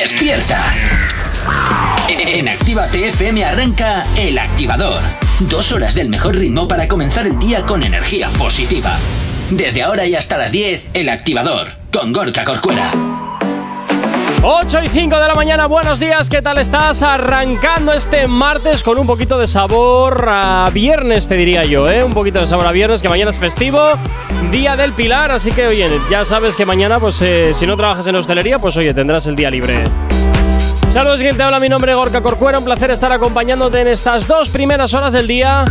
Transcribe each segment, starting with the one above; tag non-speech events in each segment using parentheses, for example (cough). Despierta. En Activa TFM arranca El Activador. Dos horas del mejor ritmo para comenzar el día con energía positiva. Desde ahora y hasta las 10, El Activador, con Gorka Corcuera. 8 y 5 de la mañana, buenos días, ¿qué tal estás? Arrancando este martes con un poquito de sabor a viernes, te diría yo, ¿eh? Un poquito de sabor a viernes, que mañana es festivo, día del Pilar, así que oye, ya sabes que mañana, pues eh, si no trabajas en hostelería, pues oye, tendrás el día libre. Saludos, quien te habla, mi nombre es Gorka Corcuera, un placer estar acompañándote en estas dos primeras horas del día.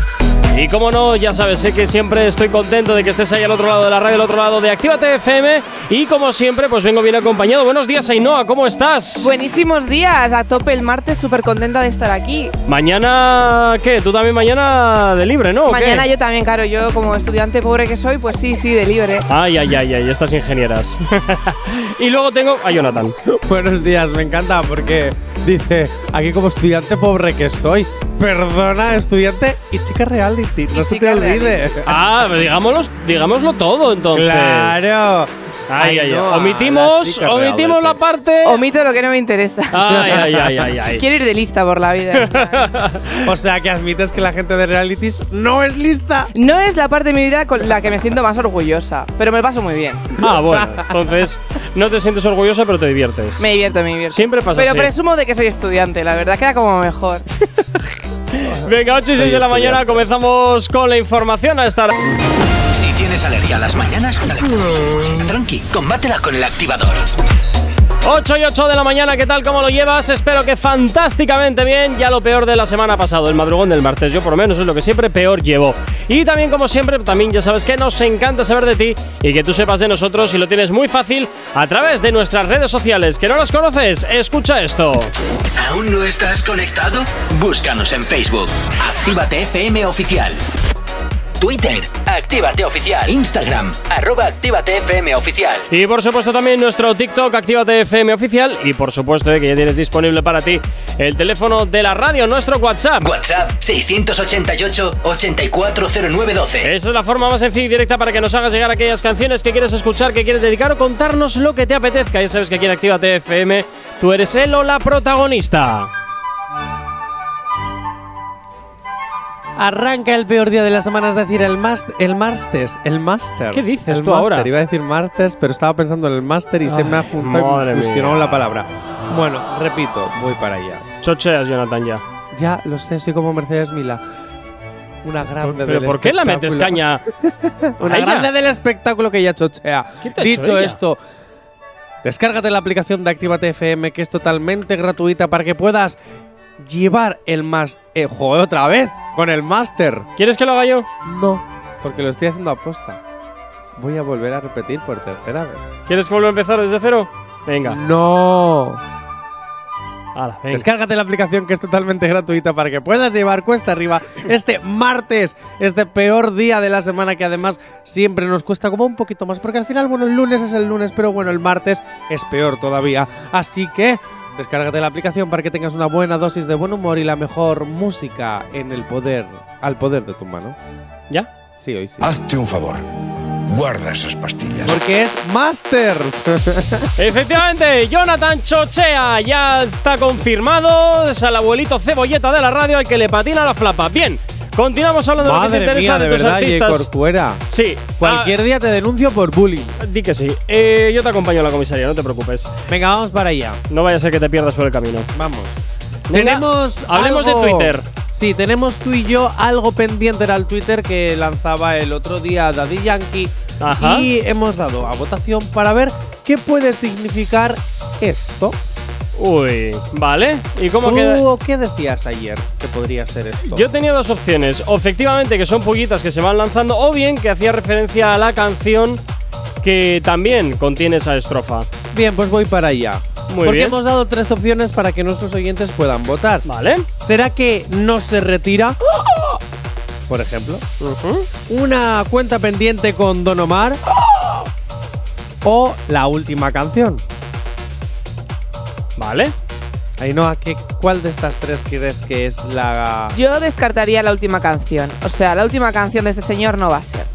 Y como no, ya sabes, sé que siempre estoy contento de que estés ahí al otro lado de la radio, al otro lado de Actívate FM. Y como siempre, pues vengo bien acompañado. Buenos días, Ainhoa, ¿cómo estás? Buenísimos días, a tope el martes, súper contenta de estar aquí. Mañana, ¿qué? Tú también mañana de libre, ¿no? ¿O qué? Mañana yo también, claro, yo como estudiante pobre que soy, pues sí, sí, de libre. Ay, ay, ay, ay, estas ingenieras. (laughs) y luego tengo a Jonathan. Buenos días, me encanta porque dice, aquí como estudiante pobre que soy, perdona, estudiante y chica reality, no se te chica olvide. Ah, pues digámoslo, digámoslo todo entonces. Claro. Ay, ay, ay. no, a la Omitimos, chica omitimos la reality. parte. Omito lo que no me interesa. (laughs) Ay, ay, ay, ay, ay. Quiero ir de lista por la vida. (laughs) en plan. O sea que admites que la gente de realities no es lista. No es la parte de mi vida con la que me siento más orgullosa, pero me lo paso muy bien. Ah, bueno, entonces no te sientes orgullosa, pero te diviertes. Me divierto, me divierto. Siempre pasa Pero así. presumo de que soy estudiante, la verdad, queda como (laughs) mejor. Venga, 8 y 6 de la mañana comenzamos con la información a estar. Si tienes alergia a las mañanas, tranqui, combátela con el activador. 8 y 8 de la mañana, ¿qué tal? ¿Cómo lo llevas? Espero que fantásticamente bien. Ya lo peor de la semana pasado, el madrugón del martes. Yo por lo menos es lo que siempre peor llevo. Y también, como siempre, también ya sabes que nos encanta saber de ti y que tú sepas de nosotros y lo tienes muy fácil a través de nuestras redes sociales. ¿Que no las conoces? Escucha esto. ¿Aún no estás conectado? Búscanos en Facebook. Actívate FM Oficial. Twitter, Actívate Oficial. Instagram, arroba Actívate FM Oficial. Y por supuesto también nuestro TikTok, Actívate FM oficial. Y por supuesto eh, que ya tienes disponible para ti el teléfono de la radio, nuestro WhatsApp. WhatsApp 688 840912. Esa es la forma más sencilla y directa para que nos hagas llegar aquellas canciones que quieres escuchar, que quieres dedicar o contarnos lo que te apetezca. Ya sabes que aquí en Actívate FM tú eres el o la protagonista. Arranca el peor día de la semana, es decir, el más, el martes, el máster. ¿Qué dices el tú ahora? máster, Iba a decir martes, pero estaba pensando en el máster y se me ha Ay, juntado madre y me fusionado mía. la palabra. Bueno, repito, voy para allá. Chocheas, Jonathan, ya. Ya lo sé, soy como Mercedes Mila. Una grande ¿Pero Ah, del por qué la metes espectáculo. caña? (laughs) Una a ella? grande del espectáculo que ya chochea. ¿Qué te ha hecho Dicho ella? esto, descárgate la aplicación de Actívate FM que es totalmente gratuita para que puedas llevar el máster. Eh, joder, otra vez con el máster. ¿Quieres que lo haga yo? No, porque lo estoy haciendo aposta. Voy a volver a repetir por tercera vez. ¿Quieres que vuelva a empezar desde cero? Venga, No. hala, venga. Descárgate la aplicación que es totalmente gratuita para que puedas llevar cuesta arriba este martes, este peor día de la semana que además siempre nos cuesta como un poquito más porque al final, bueno, el lunes es el lunes, pero bueno, el martes es peor todavía. Así que descárgate la aplicación para que tengas una buena dosis de buen humor y la mejor música en el poder, al poder de tu mano. ¿Ya? Sí, hoy sí. Hazte un favor. Guarda esas pastillas. Porque es Masters. Efectivamente, Jonathan Chochea ya está confirmado. Es al abuelito cebolleta de la radio al que le patina la flapa. Bien, continuamos hablando de lo que te Madre interesa mía, de, de tus verdad, J. artistas. Ah. Corcuera. Sí, Cualquier día te denuncio por bullying. ah, di que sí. Eh, yo te acompaño a la comisaría, no te preocupes. Venga, vamos para allá. No vaya a ser que te pierdas por el camino. Vamos. Venga, tenemos. hablemos algo- de Twitter. Sí, tenemos tú y yo algo pendiente al Twitter que lanzaba el otro día Daddy Yankee. Ajá. Y hemos dado a votación para ver qué puede significar esto. Uy, vale. ¿Y cómo ¿Tú queda? qué decías ayer que podría ser esto? Yo tenía dos opciones. O efectivamente que son pullitas que se van lanzando, o bien que hacía referencia a la canción que también contiene esa estrofa. Bien, pues voy para allá. Muy Porque bien. hemos dado tres opciones para que nuestros oyentes puedan votar. ¿Vale? ¡Ah! ¿Será que no se retira? Por ejemplo. Ujú. Una cuenta pendiente con Don Omar. O la última canción. Vale. Ainhoa, ¿qué, ¿cuál de estas tres crees que es la...? Yo descartaría la última canción. O sea, la última canción de este señor no va a ser.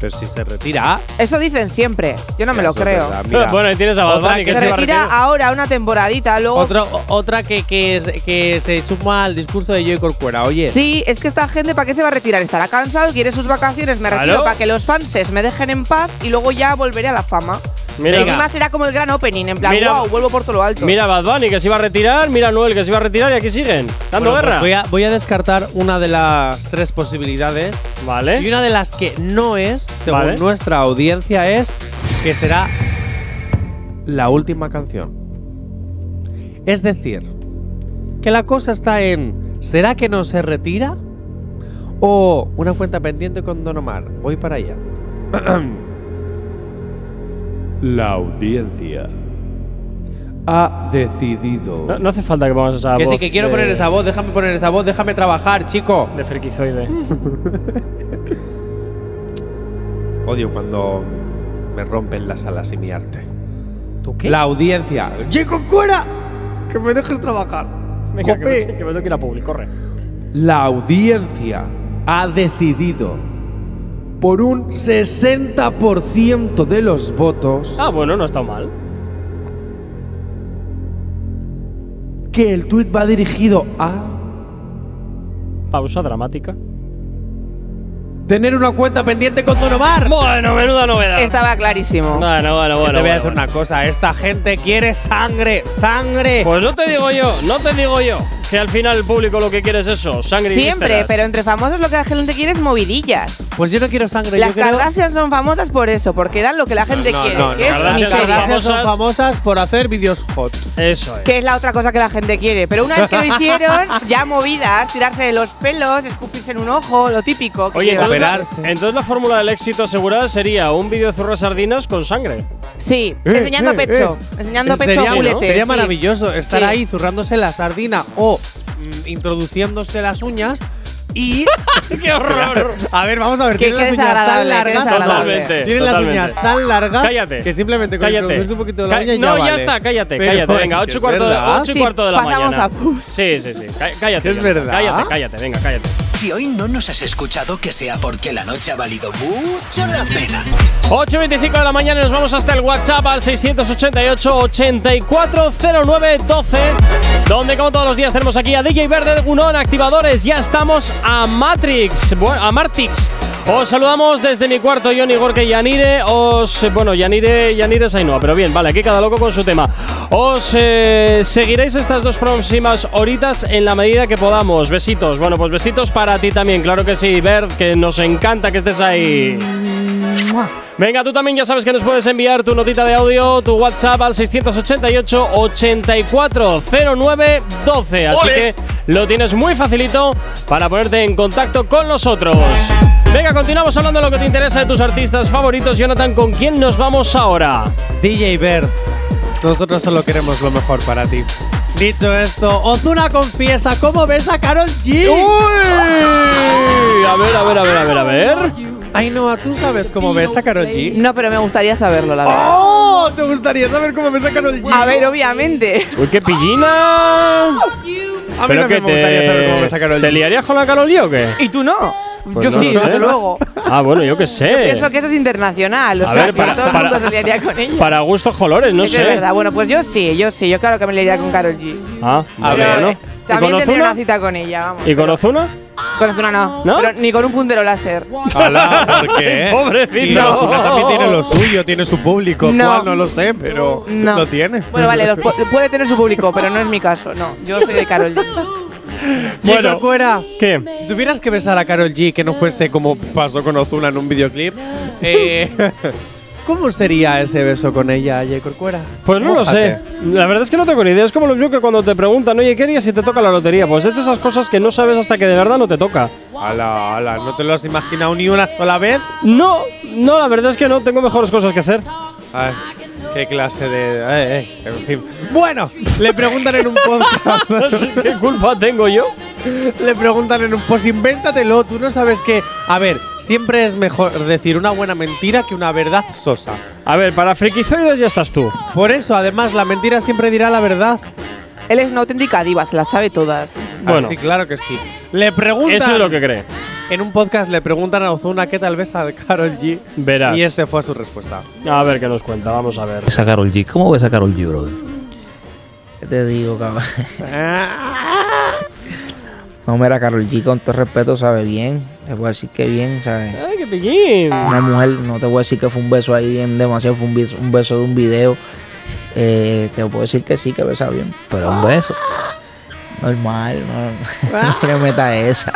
Pero si se retira. Eso dicen siempre. Yo no me lo Eso es creo. verdad, (laughs) mira. (laughs) bueno, ahí tienes a Bad Otra Bunny, que que Se se va a retira retirar. ahora una temporadita, luego. Otro- o- otra que, que, es- que se suma al discurso de Joy Corcuera. Oye, Sí, es que esta gente, ¿para qué se va a retirar? Estará cansado, quiere sus vacaciones, me retiro Claro. para que los fanses me dejen en paz y luego ya volveré a la fama. Mira. y más será como el gran opening, en plan, Mira. wow, vuelvo por todo lo alto. Mira a Bad Bunny, que se iba a retirar. Mira a Noel, que se iba a retirar. Y aquí siguen, dando bueno, pues guerra. voy, a, voy a descartar una de las tres posibilidades. Y Vale. una de las que no es, según ¿Eh? Vale. nuestra audiencia, es que será la última canción. Es decir, que la cosa está en, ¿será que no se retira? O una cuenta pendiente con Don Omar. Voy para allá. (clears throat) la audiencia ha decidido... No, no hace falta que pongas esa que voz sí, que quiero de- poner esa voz, déjame poner esa voz, déjame trabajar, chico. De (laughs) frikizoide. Odio cuando me rompen las alas y mi arte. ¿Tú qué? La audiencia. ¡Chico, cuera! ¡Que me dejes trabajar! Venga, que, Jope. me- que me tengo que ir a Publi, corre. La audiencia ha decidido por un 60% de los votos Ah, bueno, no está mal. que el tuit va dirigido a Pausa dramática. tener una cuenta pendiente con Don Omar. Bueno, menuda novedad. Estaba clarísimo. Bueno, bueno, bueno. Te voy a bueno, decir bueno. una cosa, esta gente quiere sangre, sangre. Pues no te digo yo, no te digo yo. Que al final el público lo que quiere es eso, sangre Siempre, y vísceras. pero entre famosos lo que la gente quiere es movidillas. Pues yo no quiero sangre, Las yo quiero Kardashian son famosas por eso, porque dan lo que la gente quiere. no, no, que es Kardashian miseria. son famosas. son famosas por hacer vídeos hot. Eso es. que es la otra cosa que la gente quiere. Pero una vez que lo hicieron, ya movidas, tirarse de los pelos, escupirse en un ojo, lo típico. que Oye, lleva. entonces, la- Operarse. entonces la fórmula del éxito asegurada sería un vídeo de zurras sardinas con sangre. Sí, Eh, enseñando eh, pecho. eh. Enseñando pecho sería, culete. sería sí. maravilloso estar Sí. ahí zurrándose la sardina o mm, introduciéndose las uñas (laughs) y (laughs) ¡Qué horror! a ver, vamos a ver, Qué- tienen qué las uñas tan desagradable, qué largas. desagradable. Totalmente. Tienen las uñas totalmente. tan largas Cállate. que simplemente con cállate. introducirse un poquito la Ca- uña ya No, ya vale. está, cállate, Pero (laughs) cállate. Venga, es que 8 y, es cuarto de, verdad. ocho y Sí, cuarto de la pasamos mañana. a pub. Sí, sí, sí. Cá- Cállate. Es ya está. verdad. Cállate, cállate, venga, cállate. Si hoy no nos has escuchado, que sea porque la noche ha valido mucho la pena. 8.25 de la mañana y nos vamos hasta el WhatsApp al 688-8409-12, donde como todos los días tenemos aquí a DJ Verde de Gunón, activadores, ya estamos a Matrix, bu- a Martix. Os saludamos desde mi cuarto, Johnny Gorke y Yanire. Os. Bueno, Yanire, Yanire Sainua, pero bien, vale, aquí cada loco con su tema. Os eh, seguiréis estas dos próximas horitas en la medida que podamos. Besitos. Bueno, pues besitos para ti también, claro que sí, Verde, que nos encanta que estés ahí. Venga, tú también ya sabes que nos puedes enviar tu notita de audio, tu WhatsApp al 688 8409 12. Así que lo tienes muy facilito para ponerte en contacto con nosotros. Venga, continuamos hablando de lo que te interesa de tus artistas favoritos. Jonathan, ¿con quién nos vamos ahora? DJ Bird, nosotros solo queremos lo mejor para ti. Dicho esto, Ozuna confiesa cómo ves a Karol G. ¡Uy! A ver, a ver, a ver, a ver, a ver. Ainhoa, ¿tú sabes cómo ves a Karol G? No, pero me gustaría saberlo, la verdad. ¡Oh! ¿Te gustaría saber cómo ves a Karol G? A ver, obviamente. ¡Uy, qué pillina! a mí también me gustaría saber cómo ves a Karol ¿Te G. liarías con la Karol G o qué? ¿Y tú no? Pues Yo no sí, lo sé. desde luego. Ah, bueno, yo qué sé. Pienso que eso es internacional, o A sea, ver, que para- todo el para- mundo se liaría con ella. Para gustos colores, no Es sé. verdad. Bueno, pues yo sí, yo sí. Yo claro que me liaría con Carol G. Ah, A vale, ver, Pero, ¿no? eh, ¿Y También con tendría Ozuna? una cita con ella, vamos. ¿Y con Ozuna? Con Ozuna no. ¿No? Pero ni con un puntero láser. Ah, Hola, ¿por (laughs) qué? Pobrecito. Sí, Ozuna también tiene lo suyo, tiene su público. No. ¿Cuál? No lo sé, pero No. lo tiene. Bueno, vale, los pu- puede tener su público, pero no es mi caso, no. Yo soy de Carol G. Bueno. (laughs) Bueno, fuera. ¿Qué? Si tuvieras que besar a Karol G que no fuese como pasó con Ozuna en un videoclip, eh, (laughs) ¿cómo sería ese beso con ella, J. Corcuera? Pues no lo sé. Mójate. La verdad es que no tengo ni idea. Es como lo mismo que cuando te preguntan, oye, ¿qué harías si te toca la lotería? Pues es de esas cosas que no sabes hasta que de verdad no te toca. Ala, ala, ¿no te lo has imaginado ni una sola vez? No, no, la verdad es que no. Tengo mejores cosas que hacer. Ay, qué clase de. eh, eh, en fin. Bueno, le preguntan en un (laughs) podcast. ¿Qué culpa tengo yo? le preguntan en un post, invéntatelo. Tú no sabes que. A ver, siempre es mejor decir una buena mentira que una verdad sosa. A ver, para frikizoides ya estás tú. Por eso, además, la mentira siempre dirá la verdad. Él es una auténtica diva, se las sabe todas. Bueno. Bueno. Sí, claro que sí. Le preguntan. Eso es lo que cree. en un podcast le preguntan a Ozuna qué tal ves al Carol G. Verás. Y esta fue su respuesta. A ver qué nos cuenta, vamos a ver. Esa Carol G. ¿Cómo ves a Carol G, brother? ¿Qué te digo, cabrón? No, mira, Carol G, con todo respeto, sabe bien. Te voy a decir que bien, ¿sabes? ¡Ay, qué pillín! Una mujer, no te voy a decir que fue un beso ahí bien demasiado, fue un beso, un beso de un video. Eh, te puedo decir que sí, que besa bien. Pero un beso. Normal, no. no (laughs) le meta esa.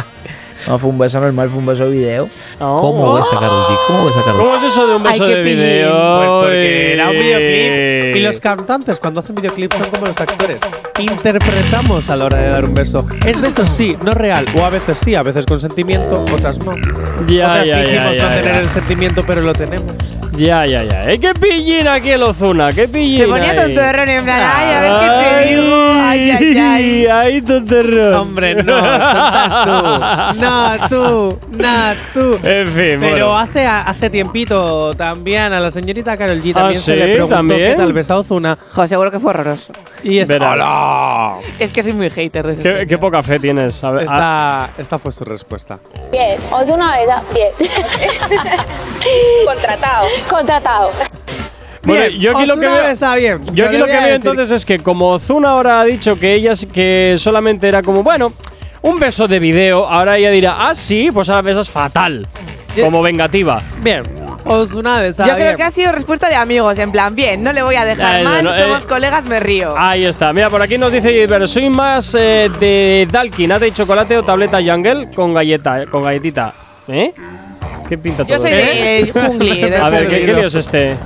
No, fue un beso normal, fue un beso de video. ¿Cómo Oh. ves a Karol G? ¿Cómo ves a Karol G? ¿Cómo es eso de un beso Ay, qué de pillín. video? Pues porque era un Ay. videoclip. Y los cantantes cuando hacen videoclips son como los actores. Interpretamos a la hora de dar un beso. Es beso sí, no real. O a veces sí, a veces con sentimiento, otras no. Ya, otras ya, ya, fingimos no ya, tener ya. el sentimiento, pero (laughs) lo tenemos. Ya, ya, ya. ¡Eh, qué pillín aquí el Ozuna! ¡Qué pillín! Se ponía ahí. tontorrón en plan, ay, a ver qué te digo. Ay, ay, ay. (laughs) ¡Ay, tontorrón! Hombre, no, tonta tú. No, tú, no, tú. (laughs) En fin, Pero bueno. hace, hace tiempito también a la señorita Carol G también Ah, se ¿sí? le preguntó ¿También? qué tal ves a Ozuna. Jo, seguro que fue horroroso. Y esta, Verás. ¡Hola! Es que soy muy hater de ese ¿Qué, señor. qué poca fe tienes. A ver, ah, a- Esta, esta fue su respuesta. Bien, Osuna Veda, ah, bien. Contratado. Contratado. Bueno, yo aquí lo que Ozuna veo- está bien. Yo aquí le lo voy que a veo decir- entonces es que como Ozuna ahora ha dicho que ella sí- que solamente era como, bueno, un beso de video, ahora ella dirá, ah, sí, pues ahora besas fatal. Como vengativa. Bien. Ozuna está Yo creo bien. que ha sido respuesta de amigos, en plan, bien, no le voy a dejar Ay, no, mal, no, somos eh. colegas, me río. Ahí está. Mira, por aquí nos dice Iber, soy más eh, de Dalkin, ¿ate de chocolate o tableta jungle con galleta, con galletita? ¿Eh? ¿Qué pinta todo Yo soy esto? de eh, (laughs) Jungli. del A ver, ¿qué, jungli. qué lío es este?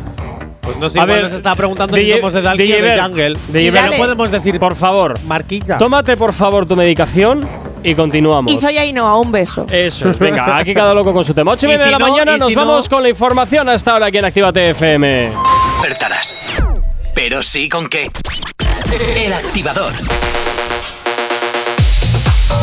Pues no sé, A igual ver, nos está preguntando si DJ somos de Dalki o de Iber, Jungle. DJ Y Iber, dale. no podemos decir por favor, marquita. tómate por favor tu medicación y continuamos. Y soy Ainhoa, un beso. Eso es, venga, aquí cada loco con su tema. 8 y Y media si de la no, mañana, y nos si no- vamos con la información hasta ahora aquí en Actívate FM. despertarás. Pero sí con qué. El activador.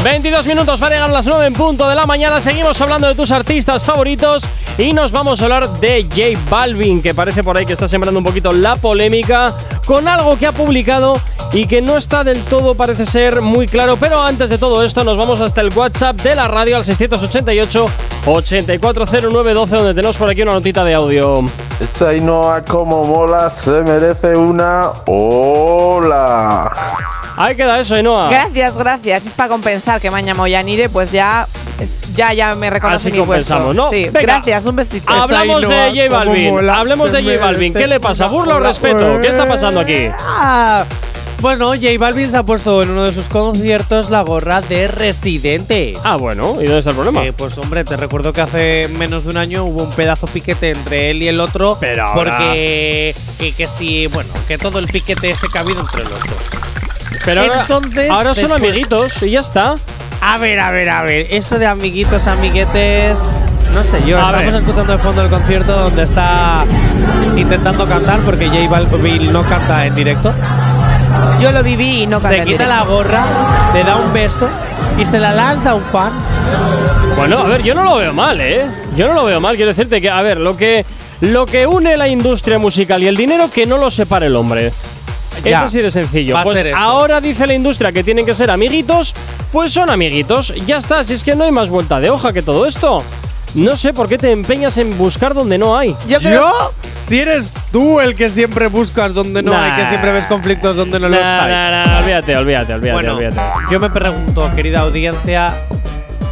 22 minutos para llegar a las 9 en punto de la mañana. Seguimos hablando de tus artistas favoritos y nos vamos a hablar de J Balvin, que parece por ahí que está sembrando un poquito la polémica con algo que ha publicado y que no está del todo, parece ser muy claro. Pero antes de todo esto, nos vamos hasta el WhatsApp de la radio al 688-840912, donde tenemos por aquí una notita de audio. Esta Inoa como mola se merece una ola. Ahí queda eso, Inoa. Gracias, gracias. Es para compensar que me han llamado Yanire, pues ya, ya, ya me reconocen Así mi puesto. compensamos, ¿no? Sí, Venga. gracias, un besito. Ah, Hablamos Esa Ainhoa, de J Balvin. cómo mola, Hablemos de se J Balvin. merece ¿Qué le pasa? una ¿Burla o ola. respeto? ¿Qué está pasando aquí? Ah, Bueno, J Balvin se ha puesto en uno de sus conciertos la gorra de Residente. Ah, bueno, ¿y dónde está el problema? Eh, pues hombre, te recuerdo que hace menos de un año hubo un pedazo piquete entre él y el otro. Pero ahora- porque que, que sí, bueno, que todo el piquete se cabido entre los dos. Pero ahora, entonces, ahora son después- amiguitos y ya está. A ver, a ver, a ver, eso de amiguitos, amiguetes, no sé yo. A estamos ver. escuchando de fondo el concierto donde está intentando cantar porque J Balvin no canta en directo. Yo lo viví y no canté se en quita directo. la gorra, le da un beso y se la lanza a un fan. Bueno, a ver, yo no lo veo mal, ¿eh? Yo no lo veo mal. Quiero decirte que, a ver, lo que, lo que une la industria musical y el dinero, que no lo separe el hombre. Es Ya. así de sencillo. Va a Pues ser eso. ahora dice la industria que tienen que ser amiguitos, pues son amiguitos. Ya está, si es que no hay más vuelta de hoja que todo esto. No sé por qué te empeñas en buscar donde no hay. Yo creo Si eres tú el que siempre buscas donde no hay, que siempre ves conflictos donde no los Nah, hay. nah, nah, olvídate, olvídate, olvídate, Bueno, olvídate. yo me pregunto, querida audiencia,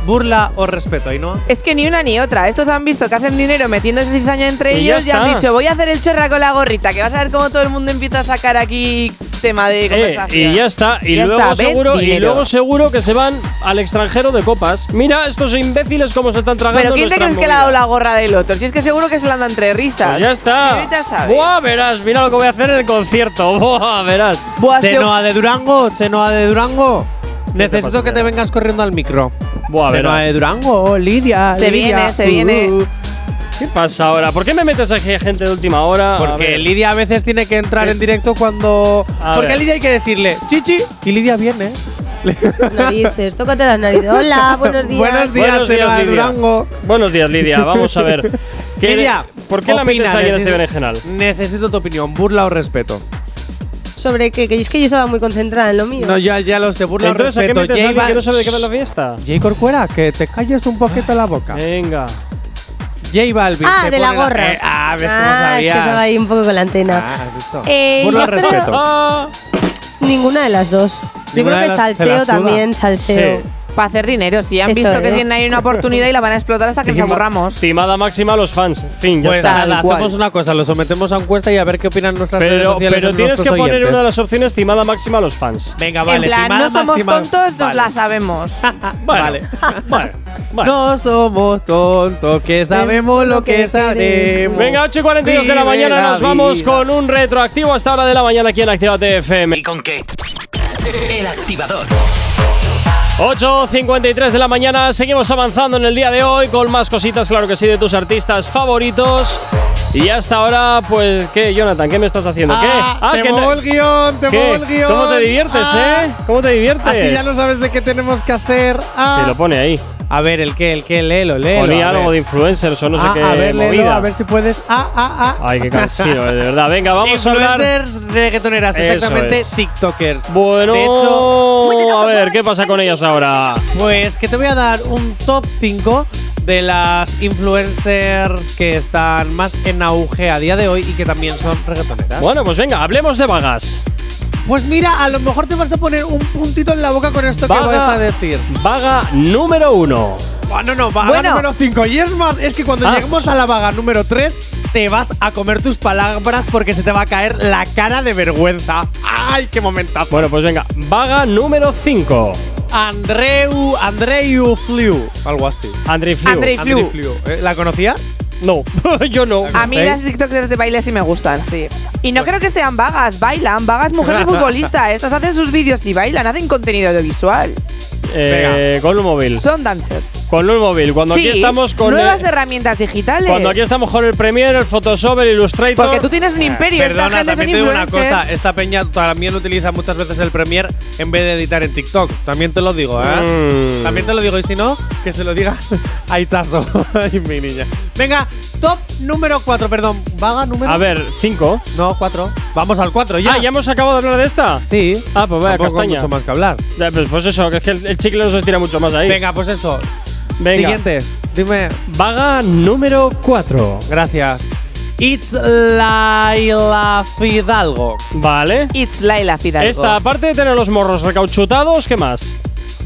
burla o respeto, ¿y no? Es que ni una ni otra. Estos han visto que hacen dinero metiéndose cizaña entre Y ya ellos y han está. dicho, voy a hacer el chorra con la gorrita, que vas a ver cómo todo el mundo empieza a sacar aquí tema de Eh, conversación. y ya está. Y, Ya luego está, ven, seguro, y dinero. luego seguro que se van al extranjero de copas. Mira estos imbéciles cómo se están tragando. Pero ¿quién te nuestras crees que le ha dado movidas. la gorra del otro? Si es que seguro que se la anda entre risas. Pues ya Y ahorita está. sabes. Buah, verás, mira lo que voy a hacer en el concierto. (laughs) Buah, verás. Buah, se- Chenoa de Durango, Chenoa de Durango. Necesito pasa, que te Chenoa? vengas corriendo al micro. Buah, Chenoa verás. de Durango, Lidia. Se Lidia, Uh, viene, se viene. ¿Qué pasa ahora? ¿Por qué me metes aquí a gente de última hora? A Porque ver. Lidia a veces tiene que entrar Eh. en directo cuando. A porque ver. a Lidia hay que decirle chichi y Lidia viene. Narices, tócate las narices. Hola, Ah, (laughs) buenos días. Buenos días, Buenos días, Chenoa de Lidia. Durango. Buenos días, Lidia. Vamos a (laughs) ver. ¿Qué- Lidia, ¿por qué la opina, metes ahí en necesito- este berenjenal? Necesito tu opinión, burla o respeto. sobre qué, que es que yo estaba muy concentrada en lo mío. No, ya, ya lo sé, burla al Entonces, ¿a qué respeto. metes a Jay alguien Ba- que no sabe de qué Ah. Eh, va la fiesta? Jay Corcuera, que te calles un poquito la boca. Venga. J Balvin. ah, se de la pone gorra. eh, ah, ves cómo Ah, es que sabías. estaba ahí un poco con la antena. Ah, ¿has visto? Eh, Burla yo al creo- respeto. (laughs) Ah, Ninguna de las dos. Yo Ninguna creo de que las- se la salseo suda. también, salseo. Sí. Para hacer dinero, si han Eso visto que es. tienen ahí una oportunidad y la van a explotar hasta que nos Timada- aburramos. Timada máxima a los fans. Fin, ya Pues está. nada, cual. hacemos una cosa, lo sometemos a encuesta y a ver qué opinan nuestras redes Pero, sociales. pero en tienes que nuestros poner oyentes. una de las opciones timada máxima a los fans. Venga, vale. en plan, timada no somos máxima. tontos, nos Vale. la sabemos. (laughs) Vale. Vale. vale. No somos tontos, que sabemos lo que sabemos. Venga, 8 y 42 de la Vive mañana la nos vamos vida. con un retroactivo hasta hora de la mañana aquí en Actívate FM. ¿Y con qué? El activador. 8.53 de la mañana, seguimos avanzando en el día de hoy con más cositas, claro que sí, de tus artistas favoritos. Y hasta ahora, pues, ¿qué, Jonathan? ¿Qué me estás haciendo? ¿Qué? Ah, te que muevo no- el guión, te Pues. muevo el ¿Qué? guión. ¿Cómo te diviertes, Ah, eh? ¿Cómo te diviertes? Así ya no sabes de qué tenemos que hacer. Ah. Se lo pone ahí. A ver, el qué, el qué, léelo, léelo. Ponía a ver. algo de influencers o no sé Ah, qué a ver, léelo, movida. a ver si puedes. Ah, ah, ah. Ay, qué cansino, eh, de verdad. Venga, vamos a hablar. Influencers reggaetoneras, Eso exactamente es. TikTokers. Bueno, de hecho- a ver, ¿qué pasa con ellas ahora? Pues que te voy a dar un top 5 de las influencers que están más en auge a día de hoy y que también son reggaetoneras. Bueno, pues venga, hablemos de vagas. Pues mira, a lo mejor te vas a poner un puntito en la boca con esto Vaga. que vas a decir. Vaga número uno. Bueno, Ah, no, vaga Bueno. número 5. Y es más, es que cuando Ah. lleguemos a la vaga número 3, te vas a comer tus palabras porque se te va a caer la cara de vergüenza. ¡Ay, qué momentazo! Bueno, pues venga, vaga número 5. Andreu, Andreu Flew, algo así. Andrei Fliu. Andrei Fliu. Andrei Flew. ¿eh? ¿La conocías? No, (laughs) yo no. A mí las TikTokers de baile sí me gustan, sí. Y no creo que sean vagas, bailan. Vagas mujer (laughs) de futbolista. Estas hacen sus vídeos y bailan, hacen contenido audiovisual. Eh, Con un móvil. Son dancers. Con un móvil. Cuando aquí Sí, estamos con. nuevas el- herramientas digitales. cuando aquí estamos Eh, con el Premiere, el Photoshop, el Illustrator. Porque tú tienes un imperio, esta gente Perdona, son también te digo una influencers. cosa. Esta peña también utiliza muchas veces el Premiere en vez de editar en TikTok. También te lo digo, ¿eh? Mm. También te lo digo. Y si no, que se lo diga (laughs) a Itzazo. (laughs) Ay, mi niña. Venga, top número 4. Perdón, vaga número… A ver, 5. No, 4. Vamos al 4 ya. Ah, ya hemos acabado de hablar de esta. Sí. Ah, pues vaya Tampoco hay castaña. mucho más que hablar. Ya, Pues, pues eso, que es que el, el chicle no se estira mucho más ahí. Venga, pues eso. Venga. Siguiente. Dime. Vaga número 4. Gracias. It's Laila Fidalgo. Vale. It's Laila Fidalgo. Esta, aparte de tener los morros recauchutados, ¿qué más?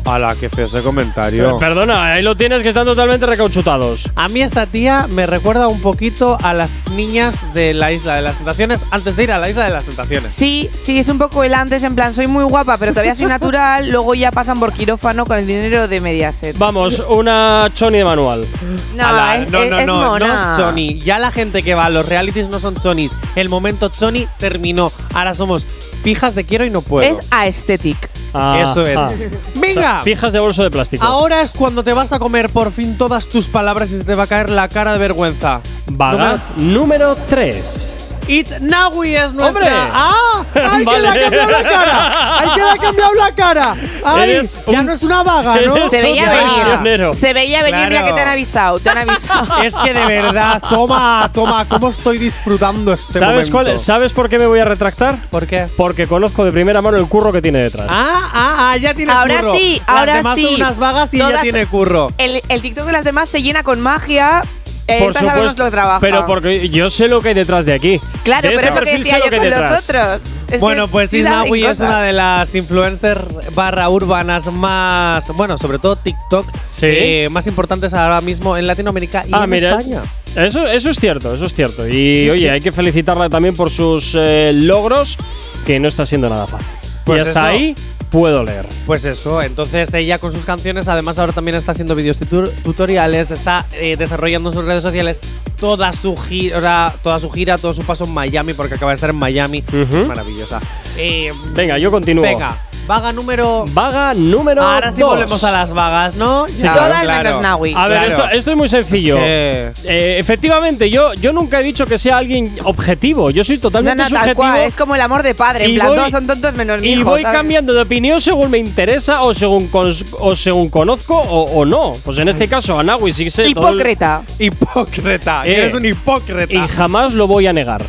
Ala, qué feo ese Per- comentario. Perdona, ahí lo tienes que están totalmente recauchutados. A mí esta tía me recuerda un poquito a las niñas de la Isla de las Tentaciones antes de ir a la Isla de las Tentaciones. Sí, sí, es un poco el antes, en plan, soy muy guapa, pero todavía soy natural. (laughs) luego ya pasan por quirófano con el dinero de Mediaset. Vamos, una choni de manual. No, Ala, es, no, es- no, es no, mona. no es Choni. Ya la gente que va a los realities no son Chonis. El momento Choni terminó. Ahora somos fijas de quiero y no puedo. Es aesthetic. Ah, Eso es. ah. Venga. Fijas de bolso de plástico. Ahora es cuando te vas a comer por fin todas tus palabras y se te va a caer la cara de vergüenza. Vaga número 3. It's Nawi es nuestra. ¡Hombre! (laughs) ¡Ah! ¡Ay, que Vale. le ha cambiado la cara! ¡Ay, que le ha cambiado la cara! ¡Ay! Eres ya un- no es (laughs) una vaga, ¿no? Eres Se veía un venir. pionero. Se veía venir Claro. ya que te han avisado, te han avisado. (laughs) Es que de verdad, toma, toma, cómo estoy disfrutando este ¿Sabes, momento. cuál, ¿Sabes por qué me voy a retractar? ¿Por qué? Porque conozco de primera mano el curro que tiene detrás. Ah, ah, ah, ya tiene Ahora curro. sí, Las ahora demás sí. son unas vagas y ella Todas- tiene curro. el, el TikTok de las demás se llena con magia. Eh, Esta sabemos lo que trabaja. Pero porque yo sé lo que hay detrás de aquí. Claro, De este pero es lo que perfil decía sé yo que hay con los detrás. otros. Es que Bueno, pues sí saben Isnawi es cosas. una de las influencers barra urbanas más, bueno, sobre todo TikTok, Sí. eh, más importantes ahora mismo en Latinoamérica y Ah, en mira. España. Eso, eso es cierto, eso es cierto. Y Sí, oye, sí. hay que felicitarla también por sus eh, logros, que no está siendo nada fácil. Pues y hasta eso. ahí puedo leer. Pues eso, entonces ella con sus canciones, además ahora también está haciendo vídeos tutor- tutoriales, está eh, desarrollando en sus redes sociales toda su gira, toda su gira, todo su paso en Miami, porque acaba de estar en Miami, Ujú. es maravillosa. Eh, Venga, yo continúo. venga, vaga número. Vaga número ahora sí dos. volvemos a las vagas, ¿no? Ya, Todas menos Nawi. A ver, Claro. esto, esto es muy sencillo. Eh, Eh, efectivamente, yo, yo nunca he dicho que sea alguien objetivo. Yo soy No, totalmente no, tal subjetivo. cual. Es como el amor de padre. Y En plan, voy- todos son tontos menos mi Y hijo, voy ¿sabes? cambiando de opinión según me interesa o según, cons- o según conozco o, o no. Pues en este caso, a Nawi sí que sé todo el- Hipócrita. hipócrita, Eh. eres un hipócrita. Y jamás lo voy a negar.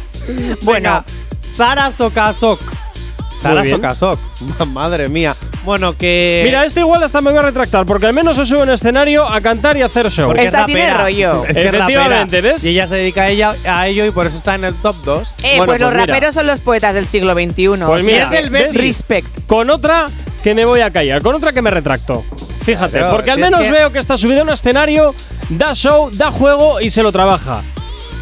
Bueno, Sara Sokasok. Sara bien. Sokasok. (laughs) Madre mía. Bueno, que. Mira, este igual hasta me voy a retractar, porque al menos se sube en escenario a cantar y a hacer show. porque es Esta tiene rapera. rollo. (laughs) Es que es Efectivamente, rapera. ¿ves? Y ella se dedica a, ella, a ello y por eso está en el top 2. Eh, Bueno, pues los pues mira. raperos son los poetas del siglo XXI. Pues mira, Y es del ¿ves? Respect. Con otra que me voy a callar, con otra que me retracto. Fíjate, Claro, porque al si es menos que- veo que está subido a un escenario, da show, da juego y se lo trabaja.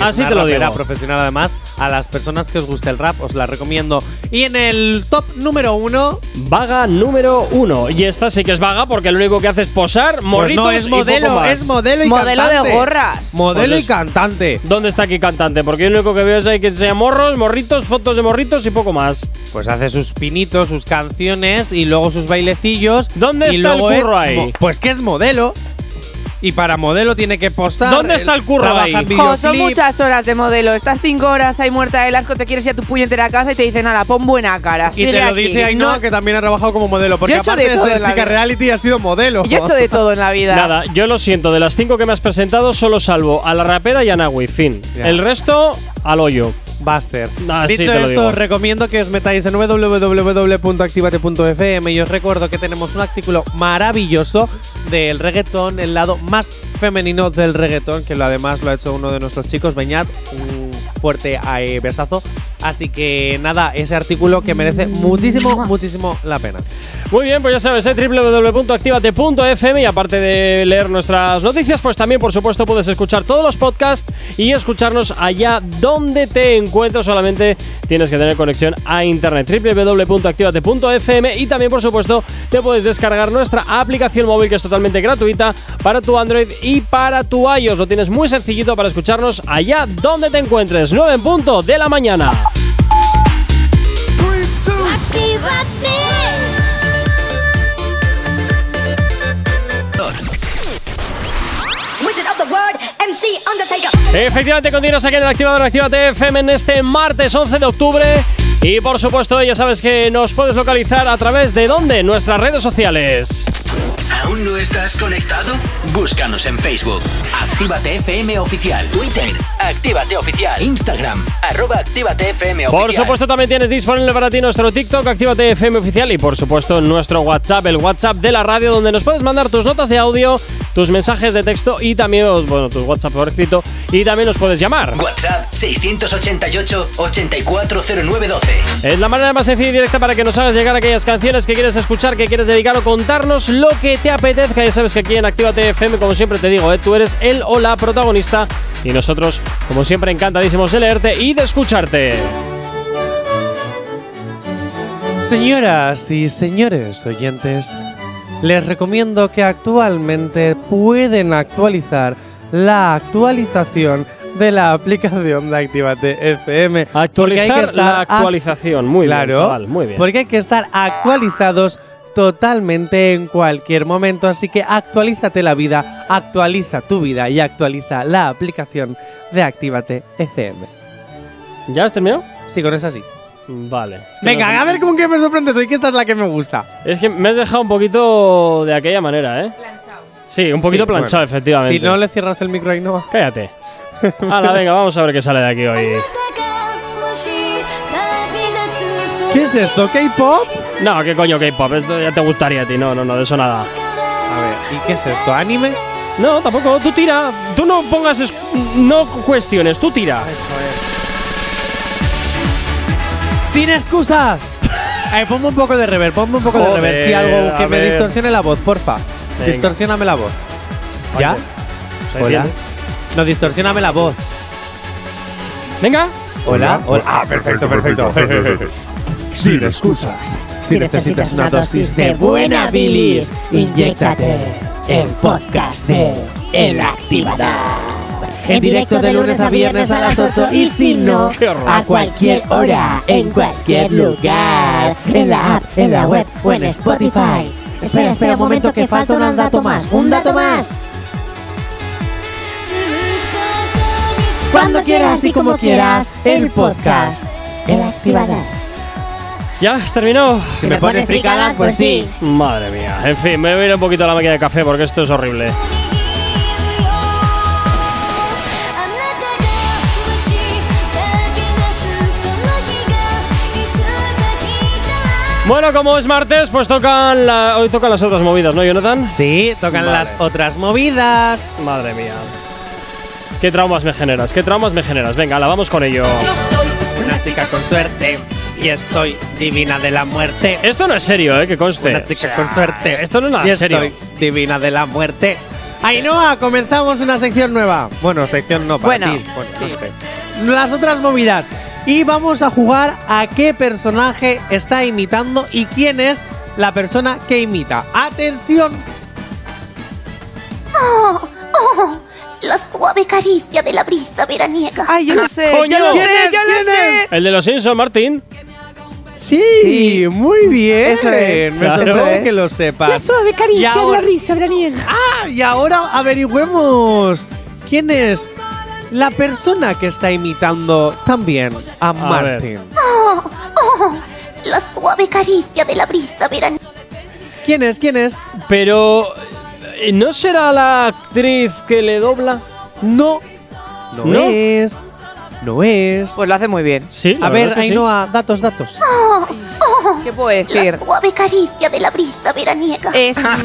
Así te lo digo. Era profesional, además. A las personas que os guste el rap, os la recomiendo. Y en el top número uno, Pues Vaga número uno. Y esta sí que es vaga porque lo único que hace es posar, pues morritos no es y poco modelo, más. es modelo y Modelo de cantante. gorras. Modelo Pues y es- cantante. ¿Dónde está aquí cantante? Porque yo lo único que veo es ahí que sea morros, morritos, fotos de morritos y poco más. Pues hace sus pinitos, sus canciones y luego sus bailecillos. ¿Dónde y está el luego es curro ahí? mo- Pues que es modelo. Y para modelo tiene que posar. ¿Dónde está el curro trabaja ahí? en Jo, son videoclip. muchas horas de modelo. Estás cinco horas ahí muerta del asco, te quieres ir a tu puñetera casa y te dicen, nada, pon buena cara. Y te sigue lo aquí". dice Ainhoa, No, que también ha trabajado como modelo. Porque Yo he hecho aparte de de todo ser en la chica vida. reality, ha sido modelo. Yo he hecho de todo en la vida. Nada, yo lo siento, de las cinco que me has presentado, solo salvo a la rapera y a Nahui, fin. Ya. El resto, al hoyo. Va a ser. Así Dicho Ah, te lo esto, digo. os recomiendo que os metáis en www.activate.fm y os recuerdo que tenemos un artículo maravilloso del reggaetón, el lado más femenino del reggaetón, que lo además lo ha hecho uno de nuestros chicos, Beñat. Un fuerte eh, besazo. Así que nada, ese artículo que merece muchísimo, muchísimo la pena. Muy bien, pues ya sabes, ¿eh? www.activate.fm y aparte de leer nuestras noticias, pues también, por supuesto, puedes escuchar todos los podcasts y escucharnos allá donde te encuentres. Solamente tienes que tener conexión a internet. www.activate.fm y también, por supuesto, te puedes descargar nuestra aplicación móvil que es totalmente gratuita para tu Android y para tu iOS. Lo tienes muy sencillito para escucharnos allá donde te encuentres. 9 en punto de la mañana. Efectivamente, continúas aquí en el Activador Activate FM en este martes 11 de octubre. Y por supuesto, ya sabes que nos puedes localizar a través de dónde? Nuestras redes sociales. ¿Aún no estás conectado? Búscanos en Facebook. Actívate FM Oficial. Twitter. Actívate Oficial. Instagram. Arroba Actívate FM Oficial. Por supuesto, también tienes disponible para ti nuestro TikTok, Actívate FM Oficial. Y por supuesto, nuestro WhatsApp, el WhatsApp de la radio, donde nos puedes mandar tus notas de audio, tus mensajes de texto y también, bueno, tus WhatsApp por escrito. Y también nos puedes llamar. WhatsApp 688 840912. Es la manera más sencilla y directa para que nos hagas llegar aquellas canciones que quieres escuchar, que quieres dedicar o contarnos lo que te apetezca. Ya sabes que aquí en Actívate FM, como siempre te digo, ¿eh? tú eres el o la protagonista y nosotros, como siempre, encantadísimos de leerte y de escucharte. Señoras y señores oyentes, les recomiendo que actualmente pueden actualizar la actualización de la aplicación de Actívate FM. Porque hay que Actualizar estar la actualización. Muy claro, bien, chaval, muy bien. Porque hay que estar actualizados totalmente en cualquier momento, así que actualízate la vida, actualiza tu vida y actualiza la aplicación de Actívate FM. ¿Ya has terminado? Sí, con esa sí. Vale. Es que no sé- Venga, a ver con qué me sorprendes hoy, que esta es la que me gusta. Es que me has dejado un poquito de aquella manera, ¿eh? Planchado. Sí, un poquito Sí, planchado, bueno. efectivamente. Si no le cierras el micro a Innova. (laughs) Cállate. Hala, venga, vamos a ver qué sale de aquí hoy. ¿Qué es esto? ¿K-pop? No, qué coño K-pop, esto ya te gustaría a ti, no, no, no, de eso nada. A ver, ¿y qué es esto? ¿Anime? No, tampoco, tú tira, tú no pongas, es- no cuestiones, tú tira. ¡Sin excusas! Eh, ponme un poco de rever, ponme un poco Joder, de rever. Sí, algo que a me ver. distorsione la voz, porfa. Venga. Distorsioname la voz. ¿Ya? Hola. No, distorsioname la voz. Venga, Hola, hola. Ah, perfecto, (laughs) perfecto. Sin excusas. Si necesitas una dosis de buena bilis, inyéctate el podcast de El Activador. En directo de lunes a viernes a las 8 y si no, Qué horror. a cualquier hora, en cualquier lugar, en la app, en la web o en Spotify. Espera, espera un momento que falta un dato más, un dato más. Cuando quieras y como quieras, el podcast, el activador. ya has terminado. Si me pones fricadas, pues sí. Madre mía, en fin, me voy a ir un poquito a la máquina de café porque esto es horrible. Bueno, como es martes, pues tocan la- hoy tocan las otras movidas, ¿no, Jonathan? Sí, tocan las otras movidas. Madre mía. ¿Qué traumas me generas? ¿Qué traumas me generas? Venga, la vamos con ello. Una chica con suerte y estoy divina de la muerte. Esto no es serio, ¿eh? Que conste. Una chica con suerte. Esto no es nada y serio. Estoy divina de la muerte. Ainhoa, comenzamos una sección nueva. Bueno, sección no para Bueno, ti. Bueno, no sé. Las otras movidas. Y vamos a jugar a qué personaje está imitando y quién es la persona que imita. Atención, Oh, oh, la suave caricia de la brisa veraniega. Ay, yo lo sé, Ah, Coño. yo lo ¿Quién sé, es? yo lo sé. El de los Simpson, Martín. Sí, muy bien. Eso es, Me claro. sorprende Eso es. que lo sepas. Ah. Y ahora, brisa veraniega. ah, y ahora averigüemos quién es la persona que está imitando también a, ver. Martin. Oh, oh, la suave caricia de la brisa veraniega. ¿Quién es? ¿Quién es? Pero. eh, ¿No será la actriz que le dobla? No. No, ¿No? es. No es. Pues lo hace muy bien. Sí, la a verdad ver, es que sí. Ainhoa, datos, datos. Oh, oh, ¿Qué puedo decir? la suave caricia de la brisa veraniega. Es. Ah.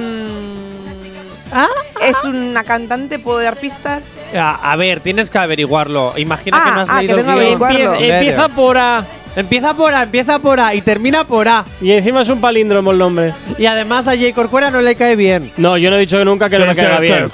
mm, Es una cantante, puedo dar pistas. A, a ver, tienes que averiguarlo. Imagina Ah, que no has ah, que leído tengo que el guión. averiguarlo. Empie- Empieza por A. Empieza por A, empieza por A y termina por A. Y encima es un palíndromo el nombre. Y además a Jay Corcuera no le cae bien. No, yo no he dicho que nunca que no me caiga bien.